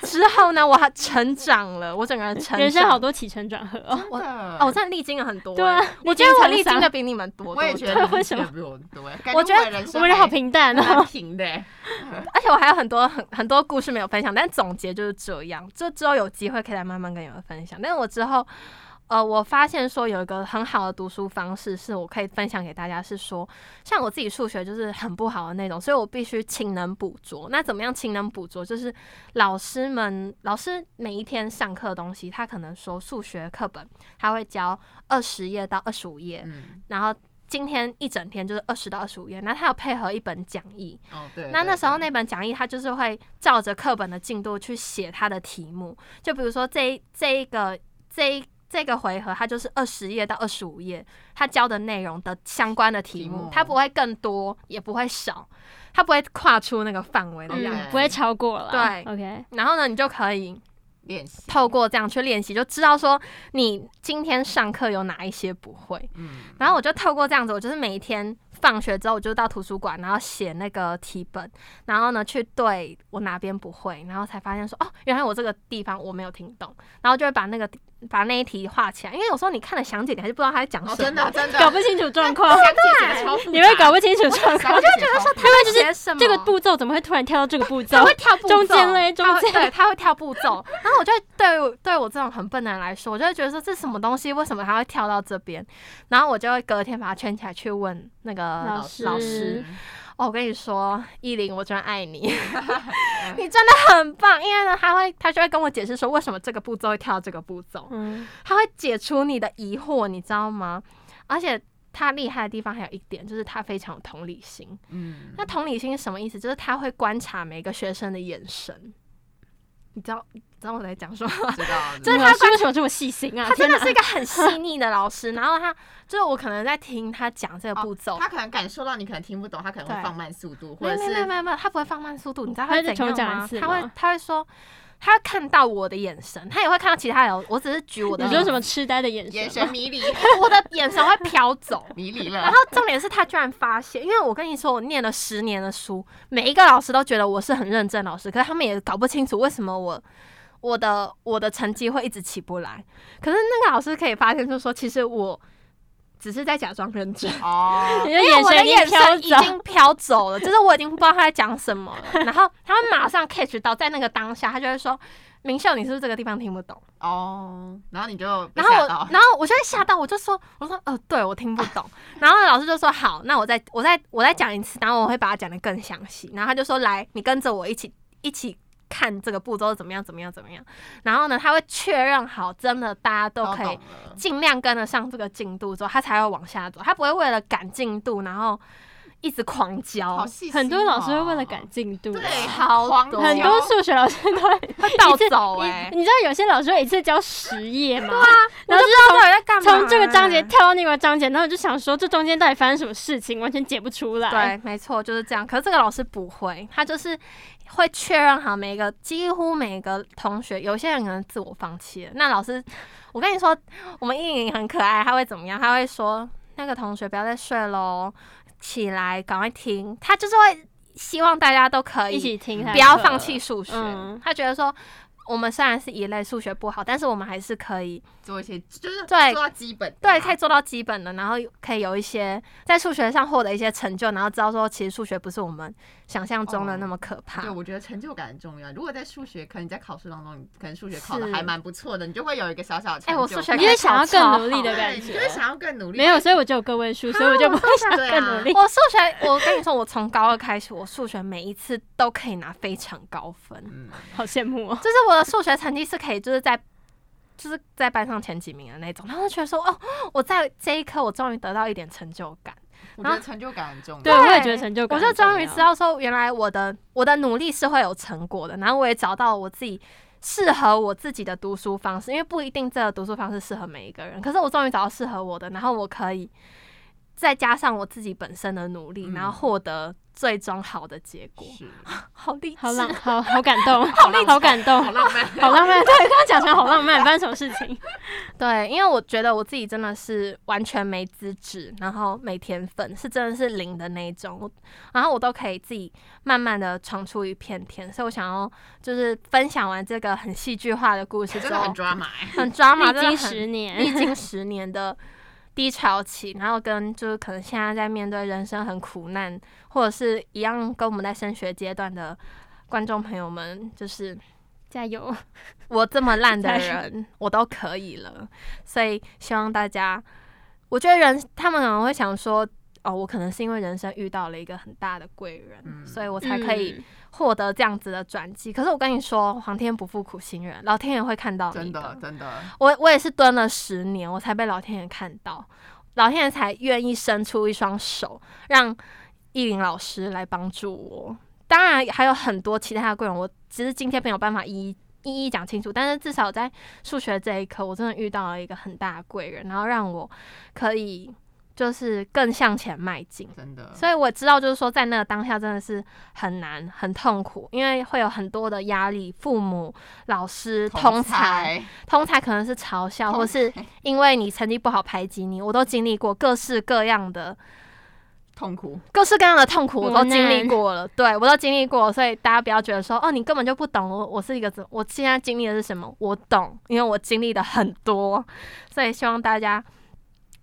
Speaker 1: 之后呢，我还成长了，我整个人成长
Speaker 3: 人生好多起承转合哦，
Speaker 1: 我哦，我
Speaker 2: 哦，
Speaker 1: 真的历经了很多。
Speaker 3: 对啊，，
Speaker 1: 我觉得我历
Speaker 3: 历
Speaker 1: 经
Speaker 3: 经沧桑
Speaker 1: 的比你们多。
Speaker 2: 我也
Speaker 1: 多
Speaker 2: 觉
Speaker 1: 得
Speaker 2: 得
Speaker 3: 为什么
Speaker 2: 比我多欸？
Speaker 1: 我觉得
Speaker 2: 感人生
Speaker 3: 我们人好
Speaker 2: 还
Speaker 3: 平淡
Speaker 2: 蛮
Speaker 3: 哦，
Speaker 2: 平的欸，
Speaker 1: 而且我还有很多很很多故事没有分享，但总结就是这样。就之后有机会可以来慢慢跟你们分享。但是我之后，呃，我发现说有一个很好的读书方式，是我可以分享给大家，是说像我自己数学就是很不好的那种，所以我必须勤能补拙。那怎么样勤能补拙？就是老师们，老师每一天上课的东西，他可能说数学课本他会教二十页到二十五页，
Speaker 2: 嗯，
Speaker 1: 然后今天一整天就是二十到二十五页，那他有配合一本讲义。
Speaker 2: 哦对。
Speaker 1: 那
Speaker 2: 对
Speaker 1: 那时候
Speaker 2: 对
Speaker 1: 那本讲义，他就是会照着课本的进度去写他的题目。就比如说这一这一个这一这个回合它就是二十页到二十五页，它教的内容的相关的题
Speaker 2: 题
Speaker 1: 目
Speaker 2: 目，哦
Speaker 1: 它不会更多，也不会少，它不会跨出那个范围的样子。
Speaker 3: 嗯，不会超过了。
Speaker 1: 对
Speaker 3: ，OK，
Speaker 1: 然后呢，你就可以
Speaker 2: 练习，
Speaker 1: 透过这样去练习，就知道说你今天上课有哪一些不会。
Speaker 2: 嗯，
Speaker 1: 然后我就透过这样子，我就是每一天放学之后，我就到图书馆，然后写那个题本，然后呢去对我哪边不会，然后才发现说哦，原来我这个地方我没有听懂，然后就会把那个把那一题画起来。因为有时候你看了详解，你还是不知道他在讲什
Speaker 2: 哦，
Speaker 1: 么，
Speaker 2: 真的真的，
Speaker 3: 搞不清楚状况，
Speaker 2: 超复杂
Speaker 3: 你会搞不清楚状况。
Speaker 2: 我就觉得说
Speaker 1: 他会写什么
Speaker 3: 这个步骤怎么会突然跳到这个步骤
Speaker 1: 他？会跳步骤，
Speaker 3: 中间嘞中
Speaker 1: 他会
Speaker 3: 间
Speaker 1: 对，他会跳步骤。然后我就会对我对我这种很笨的人来说，我就会觉得说这什么东西，为什么他会跳到这边？然后我就会隔天把它圈起来去问那个
Speaker 3: 老
Speaker 1: 师。
Speaker 3: 师
Speaker 1: 老
Speaker 3: 师
Speaker 1: 哦，我跟你说，依林，我真的爱 你，你真的很棒。因为呢，他会他就会跟我解释说为什么这个步骤会跳到这个步骤，
Speaker 3: 嗯，
Speaker 1: 他会解除你的疑惑，你知道吗？而且他厉害的地方还有一点，就是他非常有同理心。
Speaker 2: 嗯，
Speaker 1: 那同理心是什么意思？就是他会观察每个学生的眼神，你知道，你知道我在讲什么吗？
Speaker 2: 知道，嗯
Speaker 1: 这
Speaker 2: 这
Speaker 1: 是
Speaker 3: 老
Speaker 1: 他
Speaker 3: 嗯师为什么这么细心啊？
Speaker 1: 他真
Speaker 3: 天
Speaker 1: 的
Speaker 3: 哪，
Speaker 1: 是一个 很细腻的老师，然后他就是我可能在听他讲这个步骤，
Speaker 2: 他可能感受到你可能听不懂，他可能
Speaker 1: 对
Speaker 2: 会放慢速度，
Speaker 1: 没
Speaker 2: 或
Speaker 1: 有
Speaker 2: 者
Speaker 1: 没有没有
Speaker 2: 是
Speaker 1: 没有没有，他不会放慢速度，你知道
Speaker 3: 他
Speaker 1: 他
Speaker 3: 再
Speaker 1: 会
Speaker 3: 重
Speaker 1: 怎
Speaker 3: 讲
Speaker 1: 样
Speaker 3: 一
Speaker 1: 吗
Speaker 3: 次？
Speaker 1: 他会
Speaker 3: 吗
Speaker 1: 他会说，他会看到我的眼神，他也会看到其他人，我只是举我的
Speaker 3: 你
Speaker 1: 例子，
Speaker 3: 说什么痴呆的眼神？
Speaker 2: 眼神迷离，
Speaker 1: 我的眼神会飘 走。
Speaker 2: 迷离了
Speaker 1: 然后，重点是他居然发现，因为我跟你说，我念了十年的书，每一个老师都觉得我是很认真的老师，可是他们也搞不清楚为什么我我的我的成绩会一直起不来。可是那个老师可以发现，就是说其实我只是在假装认真。
Speaker 2: 哦，
Speaker 3: 你
Speaker 1: 因
Speaker 3: 的
Speaker 1: 为
Speaker 3: 眼
Speaker 1: 我的
Speaker 3: 神
Speaker 1: 眼神已
Speaker 3: 已经飘走，
Speaker 1: 经飘走了，就是我已经不知道他在讲什么了。然后他会马上 catch 到，在那个当下，他就会说：“明秀，你是不是这个地方听不懂？”
Speaker 2: 哦，然后你就被
Speaker 1: 然后
Speaker 2: 吓
Speaker 1: 我，
Speaker 2: 到，
Speaker 1: 然后我就会吓到，我就说，我说，呃，对我听不懂。然后老师就说，好，那我再，我再，我再讲一次，然后我会把它讲得更详细。然后他就说，来，你跟着我一起，一起看这个步骤怎么样，怎么样，怎么样。然后呢，他会确认好，真的大家都
Speaker 2: 都
Speaker 1: 可以
Speaker 2: 懂了
Speaker 1: 尽量跟得上这个进度之后，他才会往下走。他不会为了赶进度，然后一直狂教
Speaker 2: 好。细心哦，
Speaker 3: 很多老师会为了赶进度啊，
Speaker 2: 对
Speaker 1: 超
Speaker 2: 狂
Speaker 1: 多
Speaker 3: 很
Speaker 2: 教
Speaker 3: 多数学老师都会
Speaker 1: 倒
Speaker 3: 一次
Speaker 1: 走哦
Speaker 3: 一
Speaker 1: 哎、欸，啊
Speaker 3: 你知道有些老师会一次教十页吗？
Speaker 1: 我就不知道到底在干嘛、
Speaker 3: 从这个章节
Speaker 1: 欸
Speaker 3: 跳到另外一个章节，然后我就想说，这中间到底发生什么事情，完全解不出来。
Speaker 1: 对，没错，就是这样。可是这个老师不会，他就是会确认好每一个，几乎每个同学，有些人可能自我放弃了。那老师，我跟你说，我们英莹很可爱，他会怎么样？他会说那个同学不要再睡喽，起来，赶快听。他就是会希望大家都可
Speaker 3: 一
Speaker 1: 以
Speaker 3: 起听
Speaker 2: 不
Speaker 3: 他的课，
Speaker 1: 不要放弃数学。
Speaker 3: 嗯
Speaker 1: 他觉得说。我们虽然是一类数学不好，但是我们还是可以
Speaker 2: 做一些就是
Speaker 1: 对
Speaker 2: 做到基本的
Speaker 1: 对，
Speaker 2: 啦
Speaker 1: 可以做到基本的，然后可以有一些在数学上获得一些成就，然后知道说其实数学不是我们想象中的那么可怕。
Speaker 2: 对，
Speaker 3: 嗯
Speaker 2: 我觉得成就感很重要。如果在数学，可能你在考试当中，你可能数学考
Speaker 1: 是
Speaker 2: 的还蛮不错的，你就会有一个小小的成
Speaker 1: 哎、
Speaker 2: 就感。
Speaker 1: 我数学
Speaker 3: 你就
Speaker 1: 会
Speaker 3: 会想要更努力的
Speaker 2: 对，
Speaker 3: 感
Speaker 2: 你
Speaker 3: 觉
Speaker 2: 就会想要更努力。
Speaker 3: 没有，所以我就有个位数，所以我就不会想
Speaker 2: 对啊
Speaker 3: 更努力。
Speaker 1: 我数学，我跟你说，我从高二开始，我数学每一次都可以拿非常高 分，
Speaker 2: 嗯，
Speaker 3: 好羡慕哦！
Speaker 1: 就是我的数学成绩是可以就是在就是在班上前几名的那种。然后就觉得说，哦，我在这一科我终于得到一点成就感。
Speaker 2: 我觉得成就感很重要。
Speaker 3: 对我也觉得成就感
Speaker 1: 我就
Speaker 3: 很重
Speaker 1: 终于
Speaker 3: 要
Speaker 1: 知道说，原来我的我的努力是会有成果的，然后我也找到我自己适合我自己的读书方式，因为不一定这个读书方式适合每一个人。可是我终于找到适合我的，然后我可以再加上我自己本身的努力，
Speaker 2: 嗯
Speaker 1: 然后获得最终好的结果。
Speaker 2: 是，
Speaker 1: 好励
Speaker 3: 好
Speaker 1: 志
Speaker 3: 浪，好好感动，好感动，
Speaker 2: 好浪漫。
Speaker 3: 好浪漫。对，刚刚讲成好浪漫，发生什么事情？
Speaker 1: 对，因为我觉得我自己真的是完全没资质，然后没天分，是真的是零的那一种。我然后我都可以自己慢慢的闯出一片天，所以我想要就是分享完这个很戏剧化的故事
Speaker 2: 真
Speaker 1: 之
Speaker 2: 的
Speaker 1: 后
Speaker 2: 很，抓马、哎
Speaker 1: 很抓马，
Speaker 3: 历
Speaker 1: 真
Speaker 3: 经
Speaker 1: 的
Speaker 3: 十
Speaker 1: 很
Speaker 3: 年，
Speaker 1: 历经十年的低潮期，然后跟就是可能现在在面对人生很苦难，或者是一样跟我们在升学阶段的观众朋友们，就是
Speaker 3: 加油！
Speaker 1: 我这么烂的
Speaker 3: 太
Speaker 1: 人，我都可以了，所以希望大家，我觉得人他们可能会想说，哦，我可能是因为人生遇到了一个很大的贵人，
Speaker 2: 嗯
Speaker 1: 所以我才可以获得这样子的转机。可是我跟你说，皇天不负苦心人，老天爷会看到你
Speaker 2: 真的真的，
Speaker 1: 我我也是蹲了十年，我才被老天爷看到，老天爷才愿意伸出一双手，让艺林老师来帮助我。当然还有很多其他的贵人，我只是今天没有办法一一一一讲清楚，但是至少在数学这一科，我真的遇到了一个很大的贵人，然后让我可以就是更向前迈进。
Speaker 2: 真的，
Speaker 1: 所以我知道，就是说，在那个当下真的是很难、很痛苦，因为会有很多的压力，父母、老师、同才，
Speaker 2: 才
Speaker 1: 通才可能是嘲笑，
Speaker 2: 同
Speaker 1: 或是 因为你成绩不好排挤你，我都经历过各式各样的、
Speaker 2: 痛苦，
Speaker 1: 各式各样的痛苦，我
Speaker 3: 磨
Speaker 1: 都
Speaker 3: 难
Speaker 1: 经历过了，对我都经历过，所以大家不要觉得说，哦，你根本就不懂我，我是一个怎，我现在经历的是什么？我懂，因为我经历的很多，所以希望大家。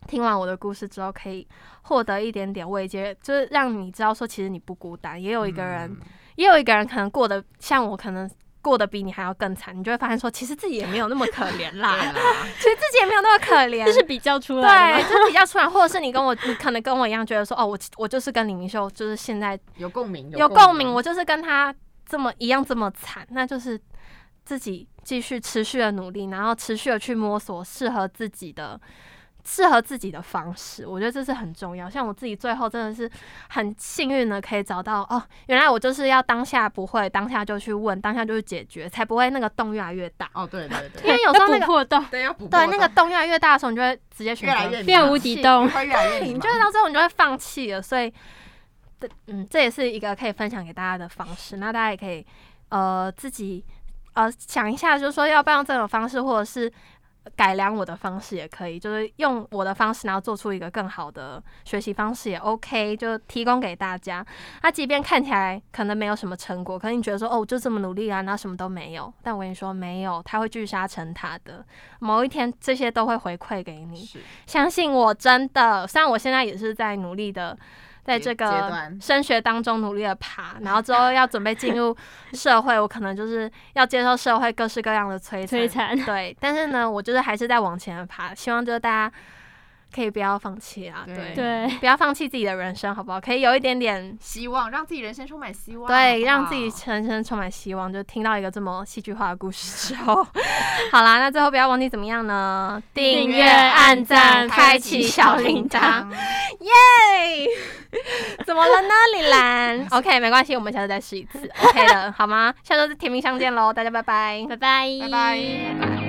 Speaker 1: 听完我的故事之后，可以获得一点点慰藉，就是让你知道说，其实你不孤单，也有一个人，
Speaker 2: 嗯
Speaker 1: 也有一个人可能过得像我，可能过得比你还要更惨，你就会发现说，其实自己也没有那么可怜啦。
Speaker 2: 嗯对啦，
Speaker 1: 其实自己也没有那么可怜，
Speaker 3: 这是比较出来的
Speaker 1: 对，
Speaker 3: 吗。
Speaker 1: 就是比较突然，或者是你跟我， 你可能跟我一样觉得说，哦，我我就是跟李明秀，就是现在
Speaker 2: 有共鸣，
Speaker 1: 有
Speaker 2: 共
Speaker 1: 共鸣，我就是跟他这么一样这么惨，那就是自己继续持续的努力，然后持续的去摸索适合自己的。适合自己的方式，我觉得这是很重要。像我自己最后真的是很幸运的，可以找到哦，原来我就是要当下不会，当下就去问，当下就去解决，才不会那个洞越来越大。
Speaker 2: 哦，对对
Speaker 1: 因
Speaker 2: 对，
Speaker 1: 为有时候那
Speaker 3: 要
Speaker 1: 个
Speaker 3: 补破洞，
Speaker 2: 对要补
Speaker 1: 对
Speaker 2: 过
Speaker 1: 那个
Speaker 2: 的
Speaker 1: 洞越来越大的时候，你就会直接选
Speaker 2: 越
Speaker 1: 择
Speaker 2: 来越
Speaker 3: 变
Speaker 2: 迷
Speaker 3: 无
Speaker 2: 茫
Speaker 3: 底洞。
Speaker 2: 会越来越
Speaker 1: 你
Speaker 2: 迷
Speaker 1: 就
Speaker 2: 茫
Speaker 1: 会到最后你就会放弃了，所以，这嗯，这也是一个可以分享给大家的方式。那大家也可以呃自己呃想一下，就是说要不要用这种方式，或者是改良我的方式也可以，就是用我的方式，然后做出一个更好的学习方式也 OK，就提供给大家。那即便看起来可能没有什么成果，可能你觉得说哦，我就这么努力啊，然后什么都没有，但我跟你说没有，它会聚沙成塔的，某一天这些都会回馈给你。
Speaker 2: 是
Speaker 1: 相信我，真的，虽然我现在也是在努力的，在
Speaker 2: 阶
Speaker 1: 这
Speaker 2: 阶
Speaker 1: 个
Speaker 2: 段
Speaker 1: 升学当中努力的爬，然后之后要准备进入社会，我可能就是要接受社会各式各样的摧
Speaker 3: 摧
Speaker 1: 残。
Speaker 3: 残，
Speaker 1: 对，但是呢，我就是还是在往前爬，希望就是大家可以不要放弃啊，
Speaker 2: 对
Speaker 1: 对，
Speaker 3: 对，
Speaker 1: 不要放弃自己的人生，好不好？可以有一点点。
Speaker 2: 希望，让自己人生充满希望，好
Speaker 1: 对，
Speaker 2: 不
Speaker 1: 让自己
Speaker 2: 好
Speaker 1: 人生充满希望。就听到一个这么戏剧化的故事之后， 好啦，那最后不要忘记怎么样呢？订阅、按赞、开启小铃铛。。嘿，怎么了呢，李兰？OK，没关系，我们下次再试一次，OK 的，好吗？下周甜蜜相见喽，大家拜拜。
Speaker 3: 拜拜，
Speaker 2: 拜拜。